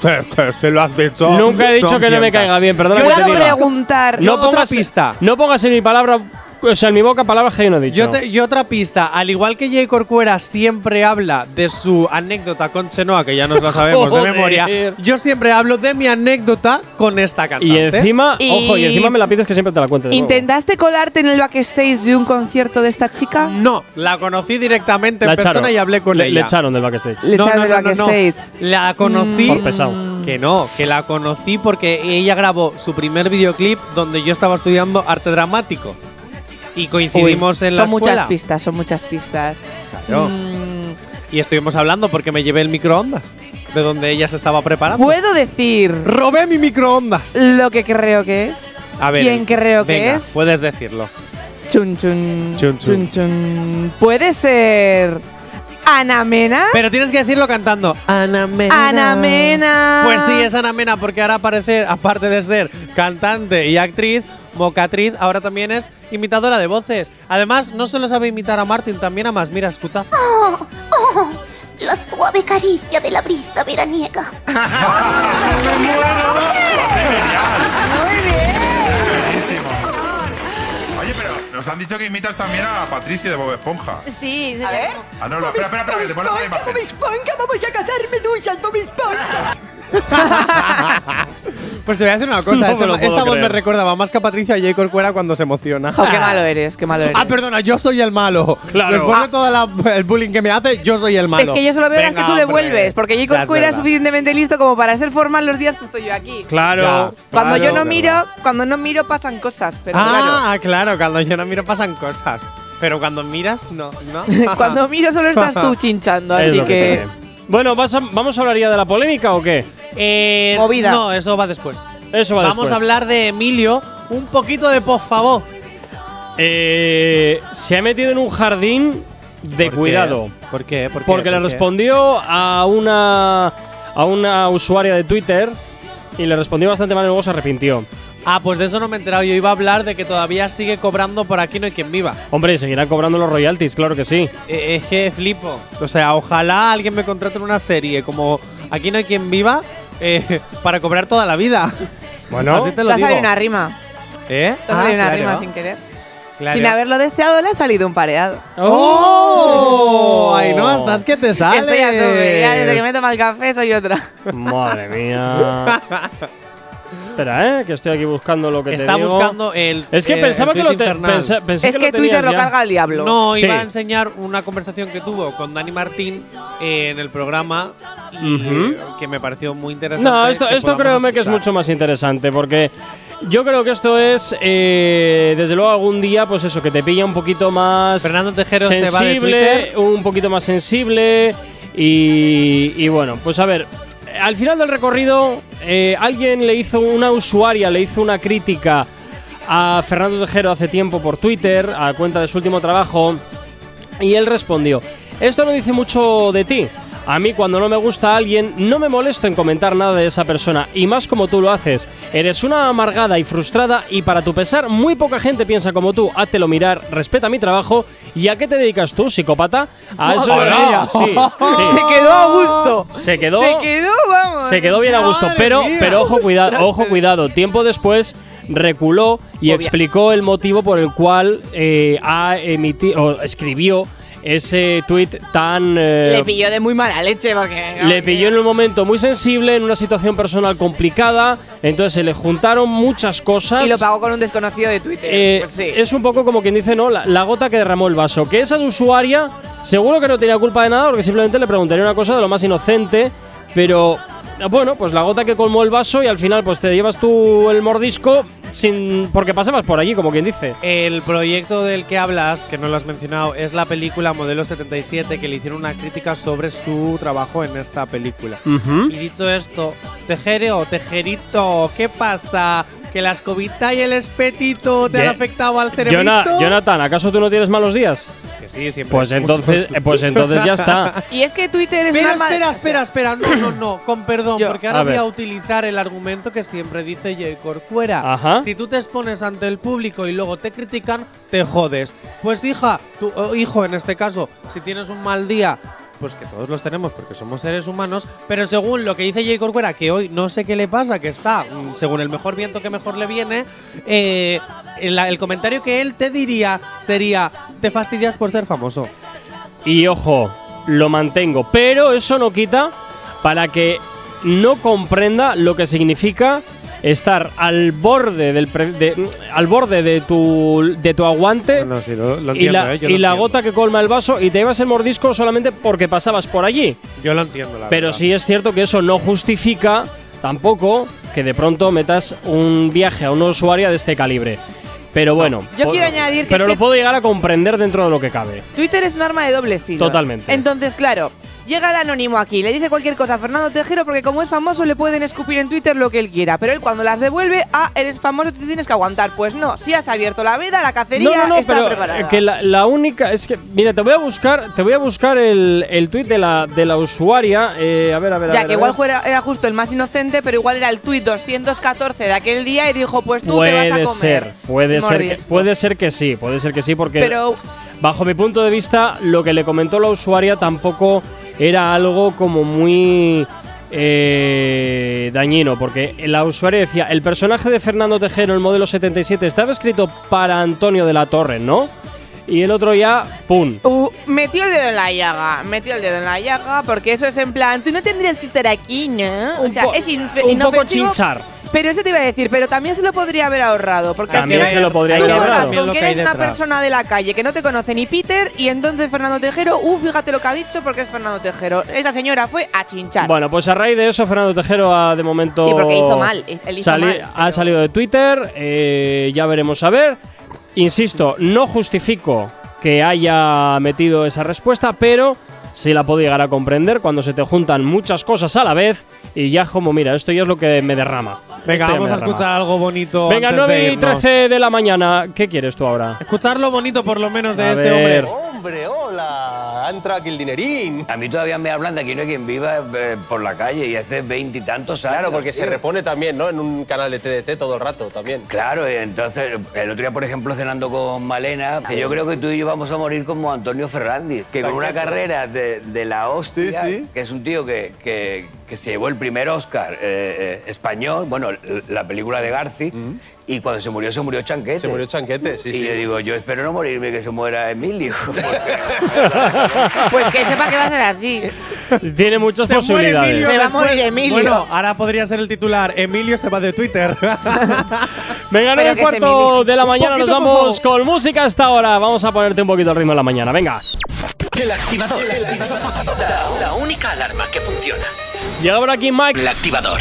Se lo has dicho. Nunca he dicho que no me caiga bien, perdona. Yo que te puedo diga. preguntar. No Otra pongas, pista. no pongas en mi palabra, o sea, en mi boca palabras que yo no he dicho. Yo te- Y otra pista, al igual que Jay Corcuera siempre habla de su anécdota con Chenoa, que ya nos la sabemos de Joder. memoria, yo siempre hablo de mi anécdota con esta y cantante. encima, Y- ojo, y encima me la pides que siempre te la cuente. de nuevo. ¿Intentaste colarte en el backstage de un concierto de esta chica? No, la conocí directamente La en persona echaron. y hablé con Le- ella. Le echaron del backstage. Le echaron del backstage. La conocí. Mm. Por pesado. Que no, que la conocí porque ella grabó su primer videoclip donde yo estaba estudiando arte dramático. Y coincidimos Uy, en la son muchas escuela. pistas, son muchas pistas. Claro. Mm, Y estuvimos hablando porque me llevé el microondas de donde ella se estaba preparando. ¿Puedo decir Robé mi microondas. lo que creo que es? A ver. ¿Quién creo que venga, es? Puedes decirlo. Chun chun. Chun, chun. chun. Puede ser. Ana Mena. Pero tienes que decirlo cantando. Ana Mena. Ana Mena. Pues sí, es Ana Mena, porque ahora parece, aparte de ser cantante y actriz, mocatriz, ahora también es imitadora de voces. Además, no solo sabe imitar a Martin, también a más. Mira, escucha. Oh, oh, la suave caricia de la brisa veraniega. Ah, Oye, pero nos han dicho que imitas también a Patricio de Bob Esponja. Sí, a ver. Ah, no, no, espera, espera, espera, que te pones la imagen. vamos a cazar medusas, Bob Esponja. Pues te voy a decir una No (laughs) cosa. esta me lo esta puedo voz me creer. recordaba más que a Patricia y J. Corcuera cuando se emociona. Jo, qué malo eres, qué malo eres. (laughs) Ah. Ah, perdona, yo soy el malo. Claro. Después de todo el bullying que me hace, yo soy el malo. Es que yo solo veo las Venga, que tú hombre. devuelves, porque J. Ya es Corcuera es verdad. suficientemente listo como para ser formal los días que estoy yo aquí. Claro. Ya. Cuando yo Claro. no Es miro, cuando no miro pasan cosas, pero Ah, claro, cuando yo no miro pasan cosas. Pero cuando miras, no, no. claro. cuando miro solo (laughs) estás tú chinchando, Es así lo que tiene. Bueno, ¿vas a- ¿vamos a hablar ya de la polémica o qué? Eh, Movida. No, eso va después. Eso va Vamos después. a hablar de Emilio. Un poquito de por favor. Eh, se ha metido en un jardín de ¿Por qué? cuidado. ¿Por qué? ¿Por qué? Porque le ¿Por qué? respondió a una, a una usuaria de Twitter y le respondió bastante mal y luego se arrepintió. Ah, pues de eso no me he enterado. Yo iba a hablar de que todavía sigue cobrando por aquí no hay quien viva. Hombre, seguirán cobrando los royalties, claro que sí. Eh, es que flipo. O sea, ojalá alguien me contrate en una serie como Aquí no hay quien viva eh, (laughs) para cobrar toda la vida. Bueno. así te te lo ha digo. salido una rima. ¿Eh? Te ha Ah, salido una claro, rima sin querer. claro. Sin haberlo deseado le ha salido un pareado. ¡Oh! Ay, no, estás que te sale. Estoy a tope, ya desde que me toma el café soy otra. Madre mía. Espera, eh, que estoy aquí buscando lo que Está te digo. buscando el. Es que eh, pensaba el que tweet lo te- infernal. pensa- pensé es que, que Twitter lo tenías ya. carga al diablo. No, Sí. iba a enseñar una conversación que tuvo con Dani Martín eh, en el programa y, Ujú. eh, que me pareció muy interesante. No, esto, que esto podamos créeme que es escuchar. mucho más interesante porque yo creo que esto es, eh, desde luego, algún día, pues eso, que te pilla un poquito más Fernando Tejero se va de sensible, Twitter. un poquito más sensible y, y bueno, pues a ver, al final del recorrido eh, alguien le hizo, una usuaria le hizo una crítica a Fernando Tejero hace tiempo por Twitter, a cuenta de su último trabajo, Y él respondió, esto no dice mucho de ti. A mí cuando no me gusta a alguien no me molesto en comentar nada de esa persona, y más como tú lo haces. Eres una amargada y frustrada y para tu pesar muy poca gente piensa como tú. Hátelo mirar, respeta mi trabajo. ¿Y a qué te dedicas tú, psicópata? A eso Madre mía. Sí, sí. (laughs) Se quedó a gusto. Se quedó Se quedó, vamos. se quedó bien a gusto, Madre pero, mía. pero ojo, cuidado, ojo, cuidado. Tiempo después reculó y Obvia. explicó el motivo por el cual eh, ha emiti- o escribió ese tuit tan. eh, Le pilló de muy mala leche porque. eh, le pilló en un momento muy sensible, en una situación personal complicada. Entonces se le juntaron muchas cosas. Y lo pagó con un desconocido de Twitter. Eh, Pues sí. Es un poco como quien dice, no, la, la gota que derramó el vaso. Que esa usuaria seguro que no tenía culpa de nada porque simplemente le preguntaría una cosa de lo más inocente, pero bueno, pues la gota que colmó el vaso y al final pues te llevas tú el mordisco sin porque pasabas por allí, como quien dice. El proyecto del que hablas, que no lo has mencionado, es la película Modelo 77, que le hicieron una crítica sobre su trabajo en esta película. Ujú. Y dicho esto, Tejereo, Tejerito, ¿qué pasa? ¿Que la escobita y el espetito te Ye- han afectado al cerebrito? Jona- Jonathan, ¿acaso tú no tienes malos días? Que sí, siempre. Pues entonces, Muchos. eh, pues entonces ya (laughs) está. Y es que Twitter es Pero una ma- espera, espera, espera, no, no, no, con perdón, Yo. porque ahora A voy ver. a utilizar el argumento que siempre dice Jay Corcuera. Ajá. Si tú te expones ante el público y luego te critican, te jodes. Pues hija, tu, o hijo en este caso, si tienes un mal día, pues que todos los tenemos porque somos seres humanos, pero según lo que dice Jay Corcuera, que hoy no sé qué le pasa, que está mm, según el mejor viento que mejor le viene, eh, el, el comentario que él te diría sería, te fastidias por ser famoso. Y ojo, lo mantengo. Pero eso no quita para que no comprenda lo que significa estar al borde del pre- de- al borde de tu de tu aguante sí, lo, y la, y la gota que colma el vaso y te llevas el mordisco solamente porque pasabas por allí. Yo lo entiendo, la Pero verdad. sí es cierto que eso no justifica tampoco que de pronto metas un viaje a una usuaria de este calibre. Pero bueno, Yo po- quiero añadir que pero es lo que- puedo llegar a comprender dentro de lo que cabe. Twitter es un arma de doble filo. Totalmente. Entonces, claro, llega el anónimo aquí, le dice cualquier cosa a Fernando Tejero porque como es famoso le pueden escupir en Twitter lo que él quiera, pero él cuando las devuelve, ah, eres famoso, te tienes que aguantar. Pues no, si has abierto la veda, la cacería está pero preparada. eh, que la, la única es que mira, te voy a buscar, te voy a buscar el, el tweet de la de la usuaria, eh, a ver, a ver, a ya ver, que a igual ver. fuera- era justo el más inocente, pero igual era el tuit 214 de aquel día y dijo, pues tú te vas a puede comer. ser, puede ser, que, Mordisco. puede ser que sí, puede ser que sí porque Pero bajo mi punto de vista lo que le comentó la usuaria tampoco era algo como muy eh, dañino porque la usuaria decía, el personaje de Fernando Tejero, el modelo 77 estaba escrito para Antonio de la Torre, ¿no? Y el otro ya, pum. Uh, metió el dedo en la llaga, metió el dedo en la llaga, porque eso es en plan, tú no tendrías que estar aquí, ¿no? O Un sea, po- es infe- un poco inofensivo, chinchar. Pero eso te iba a decir, pero también se lo podría haber ahorrado, porque al También final se lo podría tú haber juegas ahorrado. También con lo que que hay eres una detrás. persona de la calle que no te conoce ni Peter, y entonces Fernando Tejero, uh, fíjate lo que ha dicho, porque es Fernando Tejero. Esa señora fue a chinchar. Bueno, pues a raíz de eso, Fernando Tejero ha de momento. Sí, porque hizo mal, él hizo sali- mal, Ha pero- salido de Twitter, eh, ya veremos a ver. Insisto, no justifico que haya metido esa respuesta, pero sí la puedo llegar a comprender cuando se te juntan muchas cosas a la vez y ya es como, mira, esto ya es lo que me derrama. Esto ya Venga, vamos me a derrama. escuchar algo bonito. Venga, antes de 9 y irnos. 13 de la mañana. ¿Qué quieres tú (laughs) ahora? Escuchar lo bonito, por lo menos, de A este ver. hombre. Hombre, hola, han entrado aquí el dinerín. A mí todavía me hablan de aquí no hay quien viva eh, por la calle y hace veintitantos años. Claro, porque se tío. repone también, ¿no? En un canal de TDT todo el rato también. Claro, eh, entonces, el otro día, por ejemplo, cenando con Malena, que yo creo que tú y yo vamos a morir como Antonio Ferrandi, que con una carrera de, de la hostia, Sí, sí. que es un tío que, que- que se llevó el primer Oscar eh, eh, español, bueno, l- la película de Garci, y cuando se murió, se murió Chanquete. Se murió Chanquete, sí, y sí. yo digo, yo espero no morirme que se muera Emilio. (laughs) pues que sepa que va a ser (laughs) así. Tiene muchas Se muere posibilidades. Emilio Se va a después. morir Emilio. Bueno, ahora podría ser el titular. Emilio se va de (laughs) Twitter. Venga, Pero 9 y que se cuarto mini. de la mañana nos Poquito, por vamos con música hasta ahora. Vamos a ponerte un poquito el ritmo de la mañana. Venga. El activador. La, la única alarma que funciona. Llega por aquí Mike. El activador.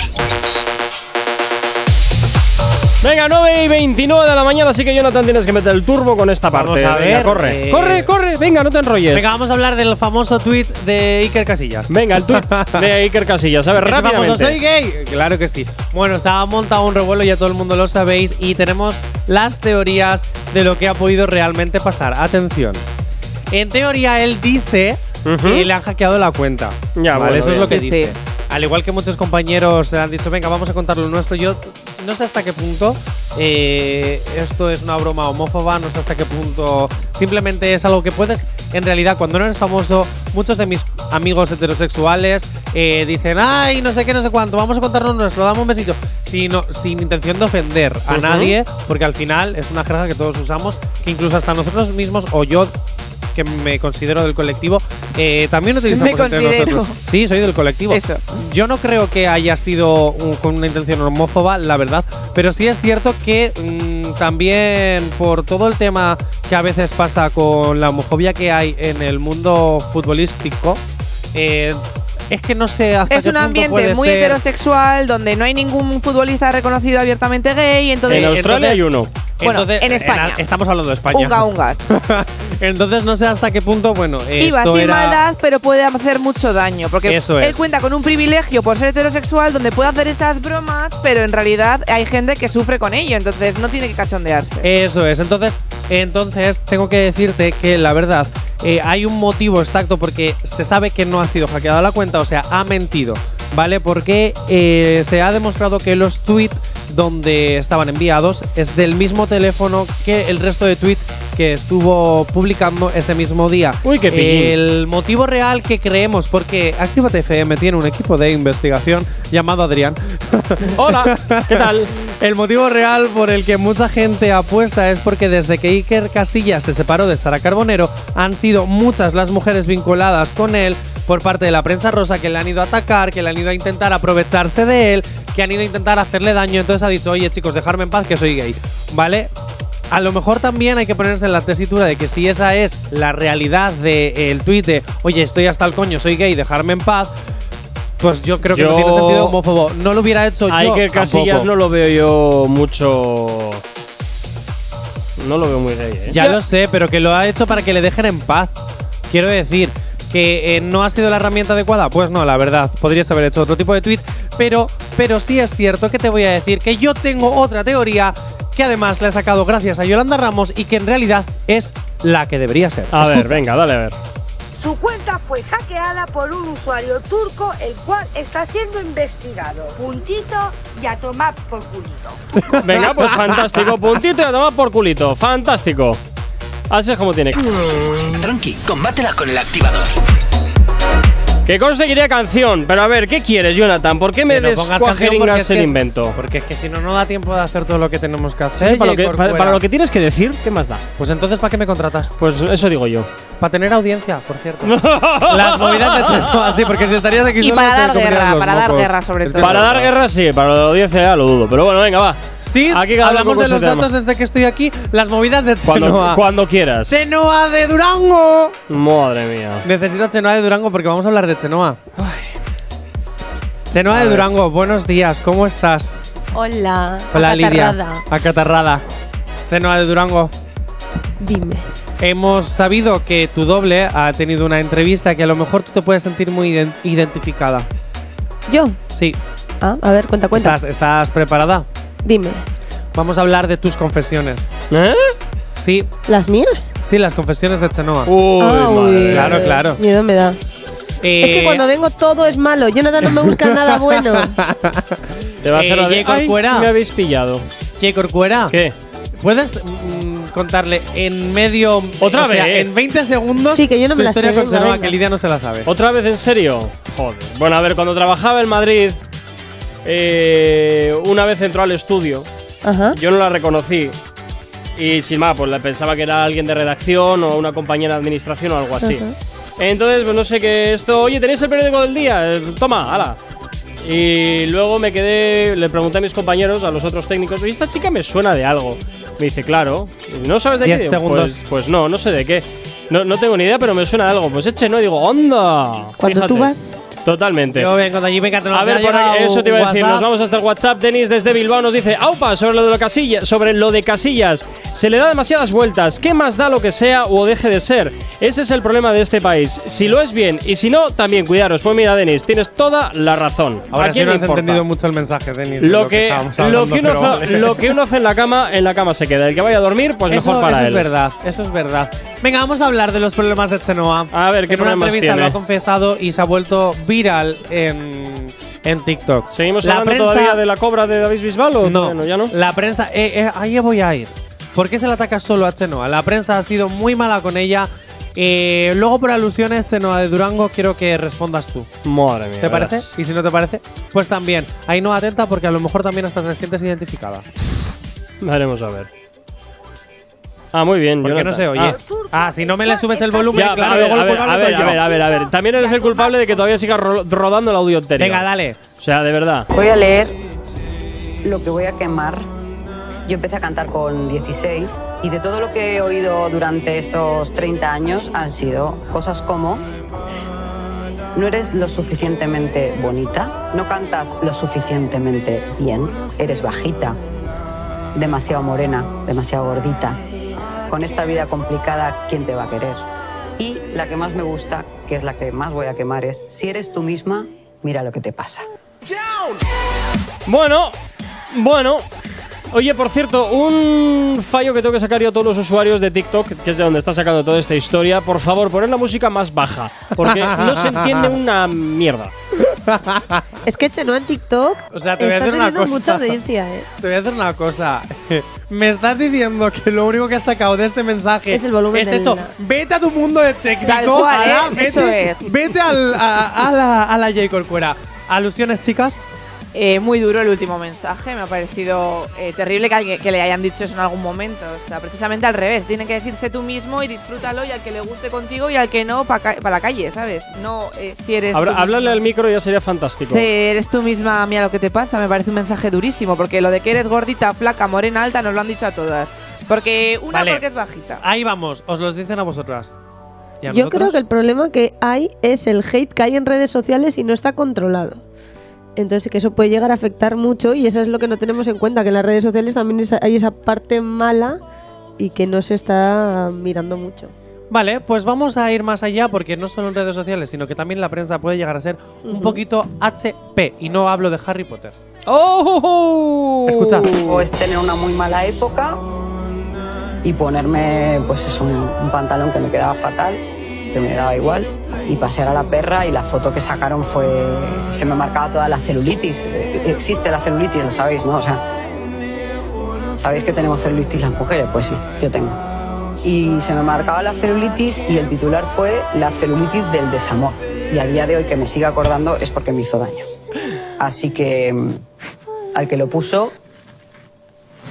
Venga, 9 y 29 de la mañana, así que Jonathan tienes que meter el turbo con esta parte. Vamos a Venga, ver, corre. eh. Corre, corre, venga, no te enrolles. Venga, vamos a hablar del famoso tweet de Iker Casillas. Venga, el (laughs) tweet de Iker Casillas. A ver, Ese famoso, rápidamente. soy gay. Claro que sí. Bueno, se ha montado un revuelo, ya todo el mundo lo sabéis, y tenemos las teorías de lo que ha podido realmente pasar. Atención. En teoría, él dice que le han hackeado la cuenta. Ya, bueno, ¿vale? eso es bien. lo que Sí, dice. sí. Al igual que muchos compañeros le han dicho, venga, vamos a contar lo nuestro. Yo no sé hasta qué punto eh, esto es una broma homófoba, no sé hasta qué punto simplemente es algo que puedes. En realidad, cuando no eres famoso, muchos de mis amigos heterosexuales eh, dicen, ay, no sé qué, no sé cuánto, vamos a contar lo nuestro, dame un besito. Sino, sin intención de ofender a Ujú. nadie, porque al final es una jerga que todos usamos, que incluso hasta nosotros mismos o yo que me considero del colectivo, eh, también utilizamos Me entre considero. nosotros. Sí, soy del colectivo. Yo no creo que haya sido un- con una intención homófoba, la verdad, pero sí es cierto que mm, también por todo el tema que a veces pasa con la homofobia que hay en el mundo futbolístico, eh, es que no sé hasta Es qué un punto ambiente puede muy ser- heterosexual donde no hay ningún futbolista reconocido abiertamente gay. Entonces, En Australia hay uno. Bueno, Entonces, en España. a- estamos hablando de España. Unga, ungas. (laughs) Entonces no sé hasta qué punto, bueno, Iba esto sin era- maldad, pero puede hacer mucho daño. Porque Eso él es. cuenta con un privilegio por ser heterosexual donde puede hacer esas bromas, pero en realidad hay gente que sufre con ello. Entonces, no tiene que cachondearse. Eso es. Entonces, entonces tengo que decirte que la verdad eh, hay un motivo exacto porque se sabe que no ha sido hackeada la cuenta, o sea, ha mentido, ¿vale? Porque eh, se ha demostrado que los tweets donde estaban enviados es del mismo teléfono que el resto de tweets que estuvo publicando ese este mismo día. Uy, qué pillín. El motivo real que creemos, porque Actívate FM tiene un equipo de investigación llamado Adrián. (laughs) Hola, ¿qué tal? El motivo real por el que mucha gente apuesta es porque desde que Iker Casillas se separó de Sara Carbonero, han sido muchas las mujeres vinculadas con él por parte de la prensa rosa que le han ido a atacar, que le han ido a intentar aprovecharse de él, que han ido a intentar hacerle daño. Entonces ha dicho, oye chicos, dejarme en paz que soy gay. ¿Vale? A lo mejor también hay que ponerse en la tesitura de que si esa es la realidad del tuit de, oye, estoy hasta el coño, soy gay, dejarme en paz, pues yo creo que no Yo- tiene sentido homófobo. No lo hubiera hecho Hay yo. que Casillas tampoco. no lo veo yo mucho. No lo veo muy gay, ¿eh? Ya lo sé, pero que lo ha hecho para que le dejen en paz. Quiero decir, que eh, no ha sido la herramienta adecuada. Pues no, la verdad, podrías haber hecho otro tipo de tweet. Pero, pero sí es cierto que te voy a decir que yo tengo otra teoría que además la he sacado gracias a Yolanda Ramos y que en realidad es la que debería ser. A ver, venga, dale a ver. Su cuenta fue hackeada por un usuario turco, el cual está siendo investigado. Puntito y a tomar por culito. Venga, (laughs) pues fantástico. Puntito y a tomar por culito. Fantástico. Así es como tiene. Tranqui, combátela con el activador. Que conste que iría canción, pero a ver, ¿qué quieres, Jonathan? ¿Por qué me Que no pongas canción porque es descuajeringas que el es- invento? Porque es que si no, no da tiempo de hacer todo lo que tenemos que hacer. Sí, para, lo que, Jacob para- para Cuera. lo que tienes que decir, ¿qué más da? Pues entonces, ¿para qué me contratas? Pues eso digo yo. Para tener audiencia, por (laughs) cierto. Las movidas de Chenoa, así, porque si estarías aquí Y solo para te dar comerías guerra, los para dar mocos. guerra sobre Estoy todo. Para dar guerra sí, para la audiencia ya lo dudo. Pero bueno, (laughs) venga, va. Sí, Aquí cada uno hablamos con de su los tema. datos desde que estoy aquí, las movidas de Cuando, Chenoa. cuando quieras. ¡Chenoa de Durango! Madre mía. Necesito Chenoa de Durango porque vamos a hablar de Chenoa. Chenoa A de ver. Durango, buenos días, ¿cómo estás? Hola. Hola Lidia. acatarrada. Acatarrada. Chenoa de Durango. Dime. Hemos sabido que tu doble ha tenido una entrevista que a lo mejor tú te puedes sentir muy ident- identificada. ¿Yo? Sí. Ah, a ver, cuenta, cuenta. ¿Estás, estás preparada? Dime. Vamos a hablar de tus confesiones. ¿Eh? Sí. ¿Las mías? Sí, las confesiones de Chenoa. Uy, Ah, uy. Claro, claro. (laughs) Miedo me da. Es Eh, que cuando vengo todo es malo. Jonathan no me (laughs) busca nada bueno. Te va a Eh, hacer la de- Jacob Ay, Cuera. Me habéis pillado. Che, Corcuera. ¿Qué? ¿Puedes mm, contarle en medio. Otra o sea, vez. en 20 segundos. Sí, que yo no me tu la historia sé, con venga, Chenoa, venga. que Lidia no se la sabe. ¿Otra vez en serio? Joder. Bueno, a ver, cuando trabajaba en Madrid, eh, una vez entró al estudio. Ajá. Yo no la reconocí. Y sin más, pues la- pensaba que era alguien de redacción o una compañera de administración o algo así. Ajá. Entonces, pues no sé qué esto. Oye, ¿tenéis el periódico del día? Eh, Toma, ala. Y luego me quedé, le pregunté a mis compañeros, a los otros técnicos, y esta chica me suena de algo. Me dice, claro. Y, ¿No sabes de Diez qué? Digo, segundos. Pues, pues no, no sé de qué. No, no tengo ni idea, pero me suena de algo. Pues eche, no, digo, onda. Cuando tú Fíjate. vas- Totalmente. Yo vengo de allí, venga, te A ver, por aquí, eso te iba a decir. Nos vamos hasta el WhatsApp. Denis desde Bilbao nos dice: Aupa, sobre lo, de lo casilla, sobre lo de casillas. Se le da demasiadas vueltas. ¿Qué más da lo que sea o deje de ser? Ese es el problema de este país. Si lo es bien y si no, también cuidaros. Pues mira, Denis, tienes toda la razón. Ahora ¿A sí quién no le has importa? entendido mucho el mensaje, Denis. de Lo que, estábamos lo, hablando, que uno pero fa- vale. lo que uno hace en la cama, en la cama se queda. El que vaya a dormir, pues Eso- mejor para eso él. es verdad, eso es verdad. Venga, vamos a hablar de los problemas de Chenoa. A ver, ¿qué en una problemas entrevista tiene? lo ha confesado y se ha vuelto viral en, en TikTok. ¿Seguimos hablando todavía de la cobra de David Bisbal o no, bueno, ya no? La prensa, eh, eh, ahí voy a ir. ¿Por qué se le ataca solo a Chenoa? La prensa ha sido muy mala con ella. Eh, luego, por alusiones, Chenoa de Durango, quiero que respondas tú. Madre mía. ¿Te verás. parece? Y si no te parece, pues también. Ahí no atenta porque a lo mejor también hasta te sientes identificada. Veremos a ver. Ah, muy bien. Porque Jonathan. no se oye. Ah. Ah, si no me le subes el volumen, Ya, claro, a, ver, luego a, el ver, culpable a, soy ver, yo. a ver, a ver, a ver. También eres el culpable de que todavía siga ro- rodando el audio entero. Venga, dale. O sea, de verdad. Voy a leer lo que voy a quemar. Yo empecé a cantar con 16 y de todo lo que he oído durante estos 30 años han sido cosas como no eres lo suficientemente bonita, no cantas lo suficientemente bien, eres bajita, demasiado morena, demasiado gordita. Con esta vida complicada, ¿quién te va a querer? Y la que más me gusta, que es la que más voy a quemar, es si eres tú misma, mira lo que te pasa. Bueno, bueno. Oye, por cierto, un fallo que tengo que sacar yo a todos los usuarios de TikTok, que es de donde está sacando toda esta historia. Por favor, poner la música más baja, porque no se entiende (laughs) una mierda. Es que Chenoa en TikTok O sea, te voy a está hacer una teniendo cosa. mucha audiencia, ¿eh? (laughs) Te voy a hacer una cosa. (laughs) Me estás diciendo que lo único que has sacado de este mensaje Es el volumen es del- eso. Vete a tu mundo de técnico. Tal cual, ala, ¿eh? vete, Eso es. Vete al- a, a la, a la J. Corcuera. ¿Alusiones, chicas? Eh, muy duro el último mensaje, me ha parecido eh, terrible que, alguien- que le hayan dicho eso en algún momento. O sea, precisamente al revés, tiene que decirse tú mismo y disfrútalo y al que le guste contigo y al que no, para la calle, ¿sabes? No, eh, si eres. Habla- tú háblale mismo. al micro ya sería fantástico. Si eres tú misma, mira lo que te pasa, me parece un mensaje durísimo, porque lo de que eres gordita, flaca, morena, alta, nos lo han dicho a todas. Porque una Vale. porque es bajita. Ahí vamos, os los dicen a vosotras. ¿Y a Yo creo nosotros? que el problema que hay es el hate que hay en redes sociales y no está controlado. Entonces, que eso puede llegar a afectar mucho y eso es lo que no tenemos en cuenta, que en las redes sociales también esa- hay esa parte mala y que no se está mirando mucho. Vale, pues vamos a ir más allá porque no solo en redes sociales, sino que también la prensa puede llegar a ser un Ujú. poquito HP y no hablo de Harry Potter. ¡Oh! Escucha. O es tener una muy mala época y ponerme, pues es un, un pantalón que me quedaba fatal, que me daba igual, y pasear a la perra y la foto que sacaron fue, se me marcaba toda la celulitis. Eh, Existe la celulitis, lo sabéis, ¿no? O sea, ¿sabéis que tenemos celulitis las mujeres? Pues sí, yo tengo. Y se me marcaba la celulitis y el titular fue la celulitis del desamor. Y a día de hoy que me siga acordando es porque me hizo daño. Así que mm, al que lo puso,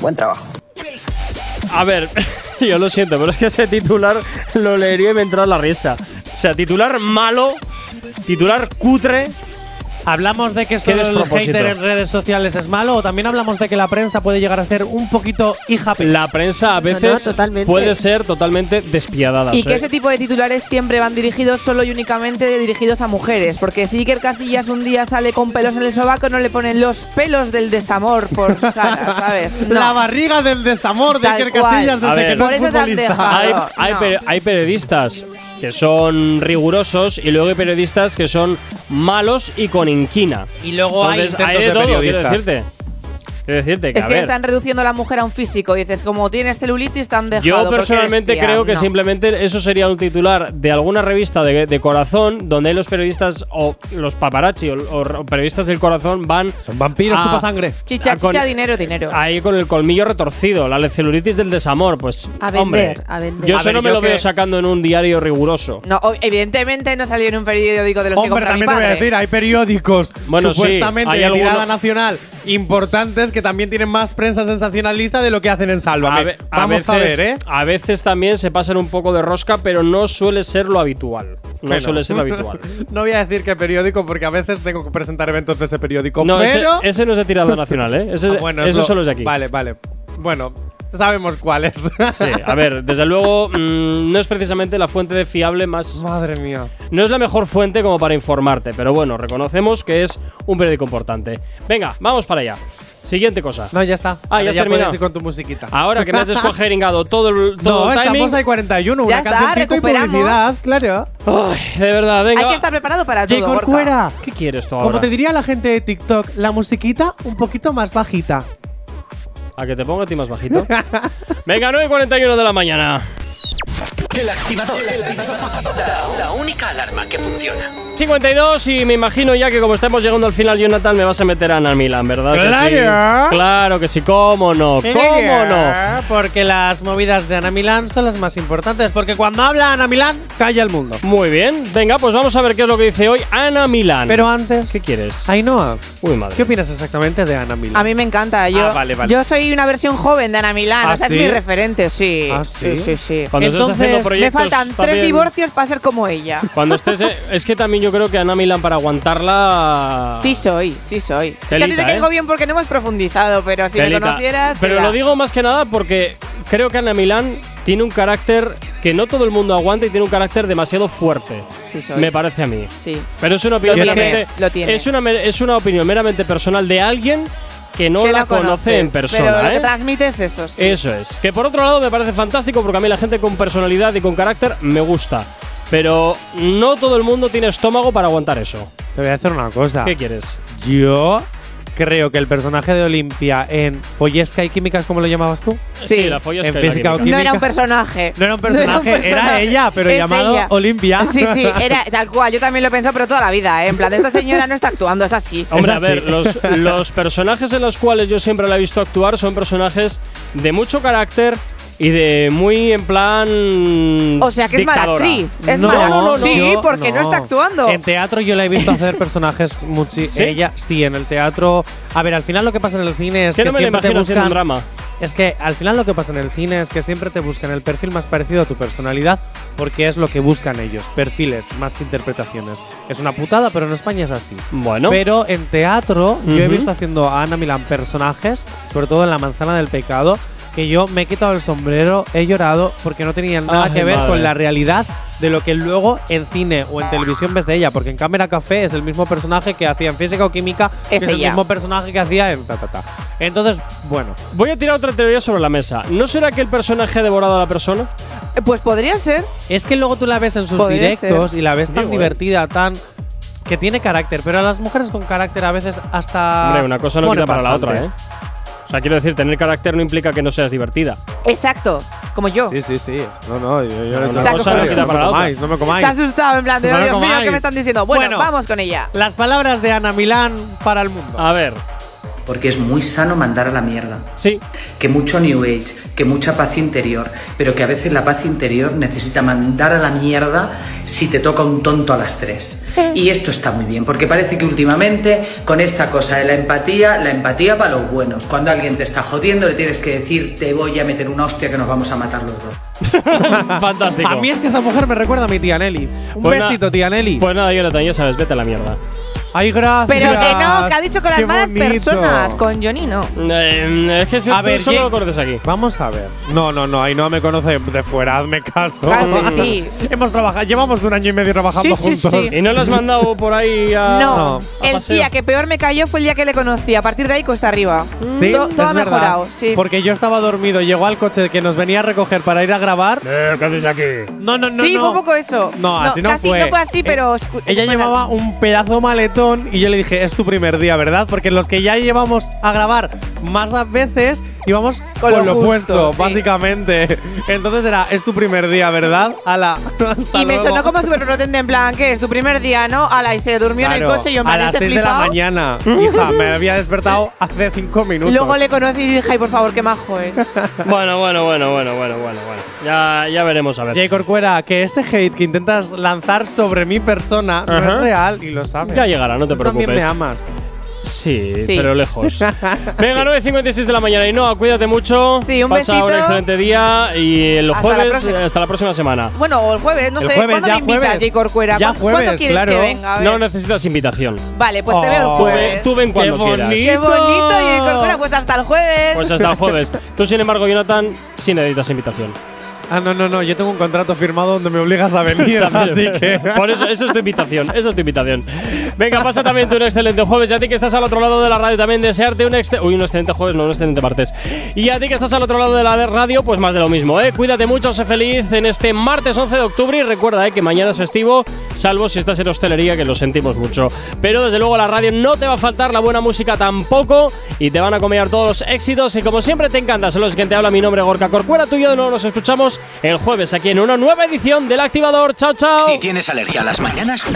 buen trabajo. A ver, (laughs) yo lo siento, pero es que ese titular lo leería y me entra la risa. O sea, titular malo, titular cutre. Hablamos de que Qué solo el despropósito. hater en redes sociales es malo o también hablamos de que la prensa puede llegar a ser un poquito hija La prensa a veces totalmente. puede ser totalmente despiadada. Y ¿eh? que ese tipo de titulares siempre van dirigidos solo y únicamente dirigidos a mujeres. Porque si Iker Casillas un día sale con pelos en el sobaco, no le ponen los pelos del desamor (laughs) por Sara, ¿sabes? No. La barriga del desamor de Tal Iker cual. Casillas A desde que ver. no es Por eso te han futbolista. dejado. hay, Claro, hay no. pe- hay periodistas que son rigurosos y luego hay periodistas que son malos y con inquina. Y luego hay Entonces, intentos hay de de todo, periodistas. quiero decirte. Quiero decirte que, Es a que ver, están reduciendo a la mujer a un físico. Y dices, como tienes celulitis, te han dejado. Yo porque eres personalmente tía. creo que No. simplemente eso sería un titular de alguna revista de, de corazón donde los periodistas o los paparazzi o, o periodistas del corazón van. Ah, Son vampiros, chupasangre. Chicha, chicha, dinero, dinero. Ah, Ahí con el colmillo retorcido, la celulitis del desamor, pues. A hombre, vender, a vender. Yo A eso ver, no me yo lo que- veo sacando en un diario riguroso. No, o- evidentemente no salió en un periódico de los que ¿eh? Hombre, compra mi también te voy a padre. decir, hay periódicos Bueno, sí, supuestamente hay de alguno- tirada nacional importantes que también tienen más prensa sensacionalista de lo que hacen en Sálvame. A, ve- a Vamos veces, a, ver, ¿eh? a veces también se pasan un poco de rosca, pero no suele ser lo habitual. No Bueno. suele ser lo (laughs) habitual. no voy a decir qué periódico porque a veces tengo que presentar eventos de ese periódico, No, ese, pero… ese no es de tirada nacional, ¿eh? Ese, Ah, bueno, eso eso- solo es de aquí. Vale, vale. Bueno, sabemos cuáles. Sí, a ver, desde luego mm, no es precisamente la fuente de fiable más… (laughs) Madre mía. No es la mejor fuente como para informarte, pero bueno, reconocemos que es un periódico importante. Venga, vamos para allá. Siguiente cosa. No, ya está. Ah, ya has ya puedes terminado. ir con tu musiquita. Ahora (laughs) que me has descuajeringado todo el, todo no, el timing… estamos ahí 41, Ya una está, cancioncita y recuperamos. publicidad, claro. Ay, de verdad, venga. Hay que estar preparado para J. todo. Gorka. Corcuera. ¿Qué quieres tú ahora? Como te diría la gente de TikTok, la musiquita un poquito más bajita. (laughs) A que te ponga a ti más bajito. Venga, 9.41 de la mañana. El activador. La, la única alarma que funciona. 52 y me imagino ya que como estamos llegando al final, Jonathan, me vas a meter a Ana Milán, ¿verdad? que Claro. sí? Claro que sí, cómo no, cómo no. Porque las movidas de Ana Milán son las más importantes. Porque cuando habla Ana Milán, calla el mundo. Muy bien, venga, pues vamos a ver qué es lo que dice hoy Ana Milán. Pero antes. ¿Qué quieres? Ainhoa. Uy, madre. ¿Qué opinas exactamente de Ana A Milán? mí me encanta. Yo, Ah, vale, vale. yo soy una versión joven de Ana Milán. ¿Ah, o sea, sí? es mi referente, sí. ¿Ah, sí? sí, sí, sí. Cuando estés haciendo Entonces, me proyectos faltan también- tres divorcios para ser como ella. Cuando estés. eh, es que también yo creo que Ana Milán, para aguantarla. Sí soy, sí soy. Es que a ti Telita, te caigo ¿eh? bien porque no hemos profundizado, pero si me Telita. conocieras. Pero mira. lo digo más que nada porque creo que Ana Milán tiene un carácter que no todo el mundo aguanta y tiene un carácter demasiado fuerte. Sí soy. Me parece a mí. Sí. Pero es una opinión Lo tiene, meramente- lo tiene. Es una, me- es una opinión meramente personal de alguien que no Que la no conoce en conoces, persona. Pero lo ¿eh? que transmites es eso, sí. Eso es. Que por otro lado me parece fantástico porque a mí la gente con personalidad y con carácter me gusta. Pero no todo el mundo tiene estómago para aguantar eso. Te voy a hacer una cosa. ¿Qué quieres? Yo creo que el personaje de Olimpia en Follesca y Químicas, ¿cómo lo llamabas tú? Sí, la folla es En que la física o química. No era química. un personaje. (laughs) No era un personaje, era ella, pero Es llamado ella. Olimpia. Sí, (laughs) sí, era tal cual. Yo también lo he pensado, pero toda la vida, ¿eh? En plan, esta señora no está actuando, es así. Hombre, a ver, (laughs) los, los personajes en los cuales yo siempre la he visto actuar son personajes de mucho carácter y de muy en plan. O sea, que es mala dictadora. actriz. Es No, mala- no, no, no. Sí, porque no está actuando. En teatro yo la he visto hacer personajes muchi ¿Sí? Ella sí, en el teatro. A ver, al final lo que pasa en el cine es Sí, que no me la siempre te imagino haciendo buscan un drama. Es que al final lo que pasa en el cine es que siempre te buscan el perfil más parecido a tu personalidad porque es lo que buscan ellos, perfiles más que interpretaciones. Es una putada, pero en España es así. Bueno. Pero en teatro yo he Ujú. visto haciendo a Ana Milán personajes, sobre todo en La manzana del pecado, que yo me he quitado el sombrero, he llorado porque no tenía nada Ay, que ver madre. con la realidad de lo que luego en cine o en televisión ves de ella, porque en Cámara Café es el mismo personaje que hacía en Física o Química, que Es es el ella. mismo personaje que hacía en ta ta ta. Entonces, bueno, Voy a tirar otra teoría sobre la mesa. ¿No será que el personaje ha devorado a la persona? Pues podría ser. Es que luego tú la ves en sus Podría directos ser. y la ves tan Digo, eh. divertida, tan que tiene carácter, pero a las mujeres con carácter a veces hasta Ah, Hombre, una cosa no ponen quita para la otra, bastante. ¿eh? O sea, quiero decir, tener carácter no implica que no seas divertida. Exacto, como yo. Sí, sí, sí. No, no, yo, yo Una cosa no quita para la otra. no me comáis. Se ha asustado, en plan, de, No "Oh, me Dios mío, comáis. ¿qué me están diciendo? Bueno, Bueno. vamos con ella. Las palabras de Ana Milán para el mundo. A ver. Porque es muy sano mandar a la mierda. Sí. Que mucho New Age, que mucha paz interior, pero que a veces la paz interior necesita mandar a la mierda si te toca un tonto a las tres. Y esto está muy bien, porque parece que últimamente con esta cosa de la empatía, la empatía para los buenos. Cuando alguien te está jodiendo le tienes que decir te voy a meter una hostia que nos vamos a matar los dos. (laughs) (laughs) Fantástico. A mí es que esta mujer me recuerda a mi tía Nelly. Un Pues na- besito, tía Nelly. Pues nada, Jonathan, ya sabes, vete a la mierda. Ay, gracias. Pero que no, que ha dicho con las Qué malas bonito. personas, con Johnny no. Eh, es que si A ver, solo lo Jake. cortes aquí. Vamos a ver. No, no, no, ahí no me conoce de fuera, hazme caso. Ah, Claro que sí. (laughs) Hemos trabajado, llevamos un año y medio Sí, trabajando sí, juntos. sí. ¿Y no lo has mandado por ahí a- No, a el Ah, paseo? día que peor me cayó fue el día que le conocí. A partir de ahí cuesta arriba. Sí, To- todo es ha verdad. mejorado, sí. Porque yo estaba dormido, llegó al coche que nos venía a recoger para ir a grabar. Eh, ¿Qué haces aquí? No, no, no. sí, no. fue un poco eso. No, así no casi fue. no fue así, Eh, pero. escu- Ella llevaba un pedazo maletón y yo le dije, es tu primer día, ¿verdad? Porque los que ya llevamos a grabar más a veces íbamos con, lo lo justo, opuesto, sí. básicamente. Entonces era, es tu primer día, ¿verdad? Ala. (laughs) hasta Y me luego. sonó como súper prepotente, en plan, que es tu primer día, ¿no? Ala, y se durmió en este el Claro, coche y yo me A las 6 de la mañana, hija, me había despertado hace 5 minutos. Luego le conocí y dije, ay, por favor, qué majo (laughs) es. Bueno, bueno, bueno, bueno, bueno, bueno, bueno. Ya, ya veremos a ver. Jay Corcuera, que este hate que intentas lanzar sobre mi persona no Ajá. es real y lo sabes. Ya llegará, no te Tú también preocupes. me amas. Sí, pero lejos. (laughs) Venga, 9.56 de la mañana. Y no, cuídate mucho. Sí, un Pasa un besito. excelente día. Y el Hasta la jueves, próxima. eh, hasta la próxima semana. Bueno, o el jueves, no El sé, jueves, ¿cuándo ya me invitas, jueves. Jay Corcuera? ¿Cuándo, cuándo quieres que venga? A ver. No necesitas invitación. Vale, pues te veo el Oh, jueves. Tú ven, tú ven cuando quieras. Qué bonito, Jay Corcuera, pues hasta el jueves. Pues hasta el jueves. Tú, sin embargo, Jonathan, sí necesitas invitación. Ah, no, no, no, yo tengo un contrato firmado donde me obligas a venir, (laughs) También. así que. Por eso, eso es tu invitación. Eso es tu invitación. Venga, pasa también tú un excelente jueves. Y a ti que estás al otro lado de la radio también desearte un excelente. Uy, un excelente jueves, no, un excelente martes. Y a ti que estás al otro lado de la radio, pues más de lo mismo, ¿eh? Cuídate mucho, sé feliz en este martes 11 de octubre. Y recuerda, ¿eh? Que mañana es festivo, salvo si estás en hostelería, que lo sentimos mucho. Pero desde luego la radio no te va a faltar, la buena música tampoco. Y te van a acompañar todos los éxitos. Y como siempre, te encanta. Son los que te habla mi nombre, Gorka Corcuera. Tú y yo de nuevo nos escuchamos el jueves aquí en una nueva edición del Activador. Chao, chao. Si tienes alergia a las mañanas,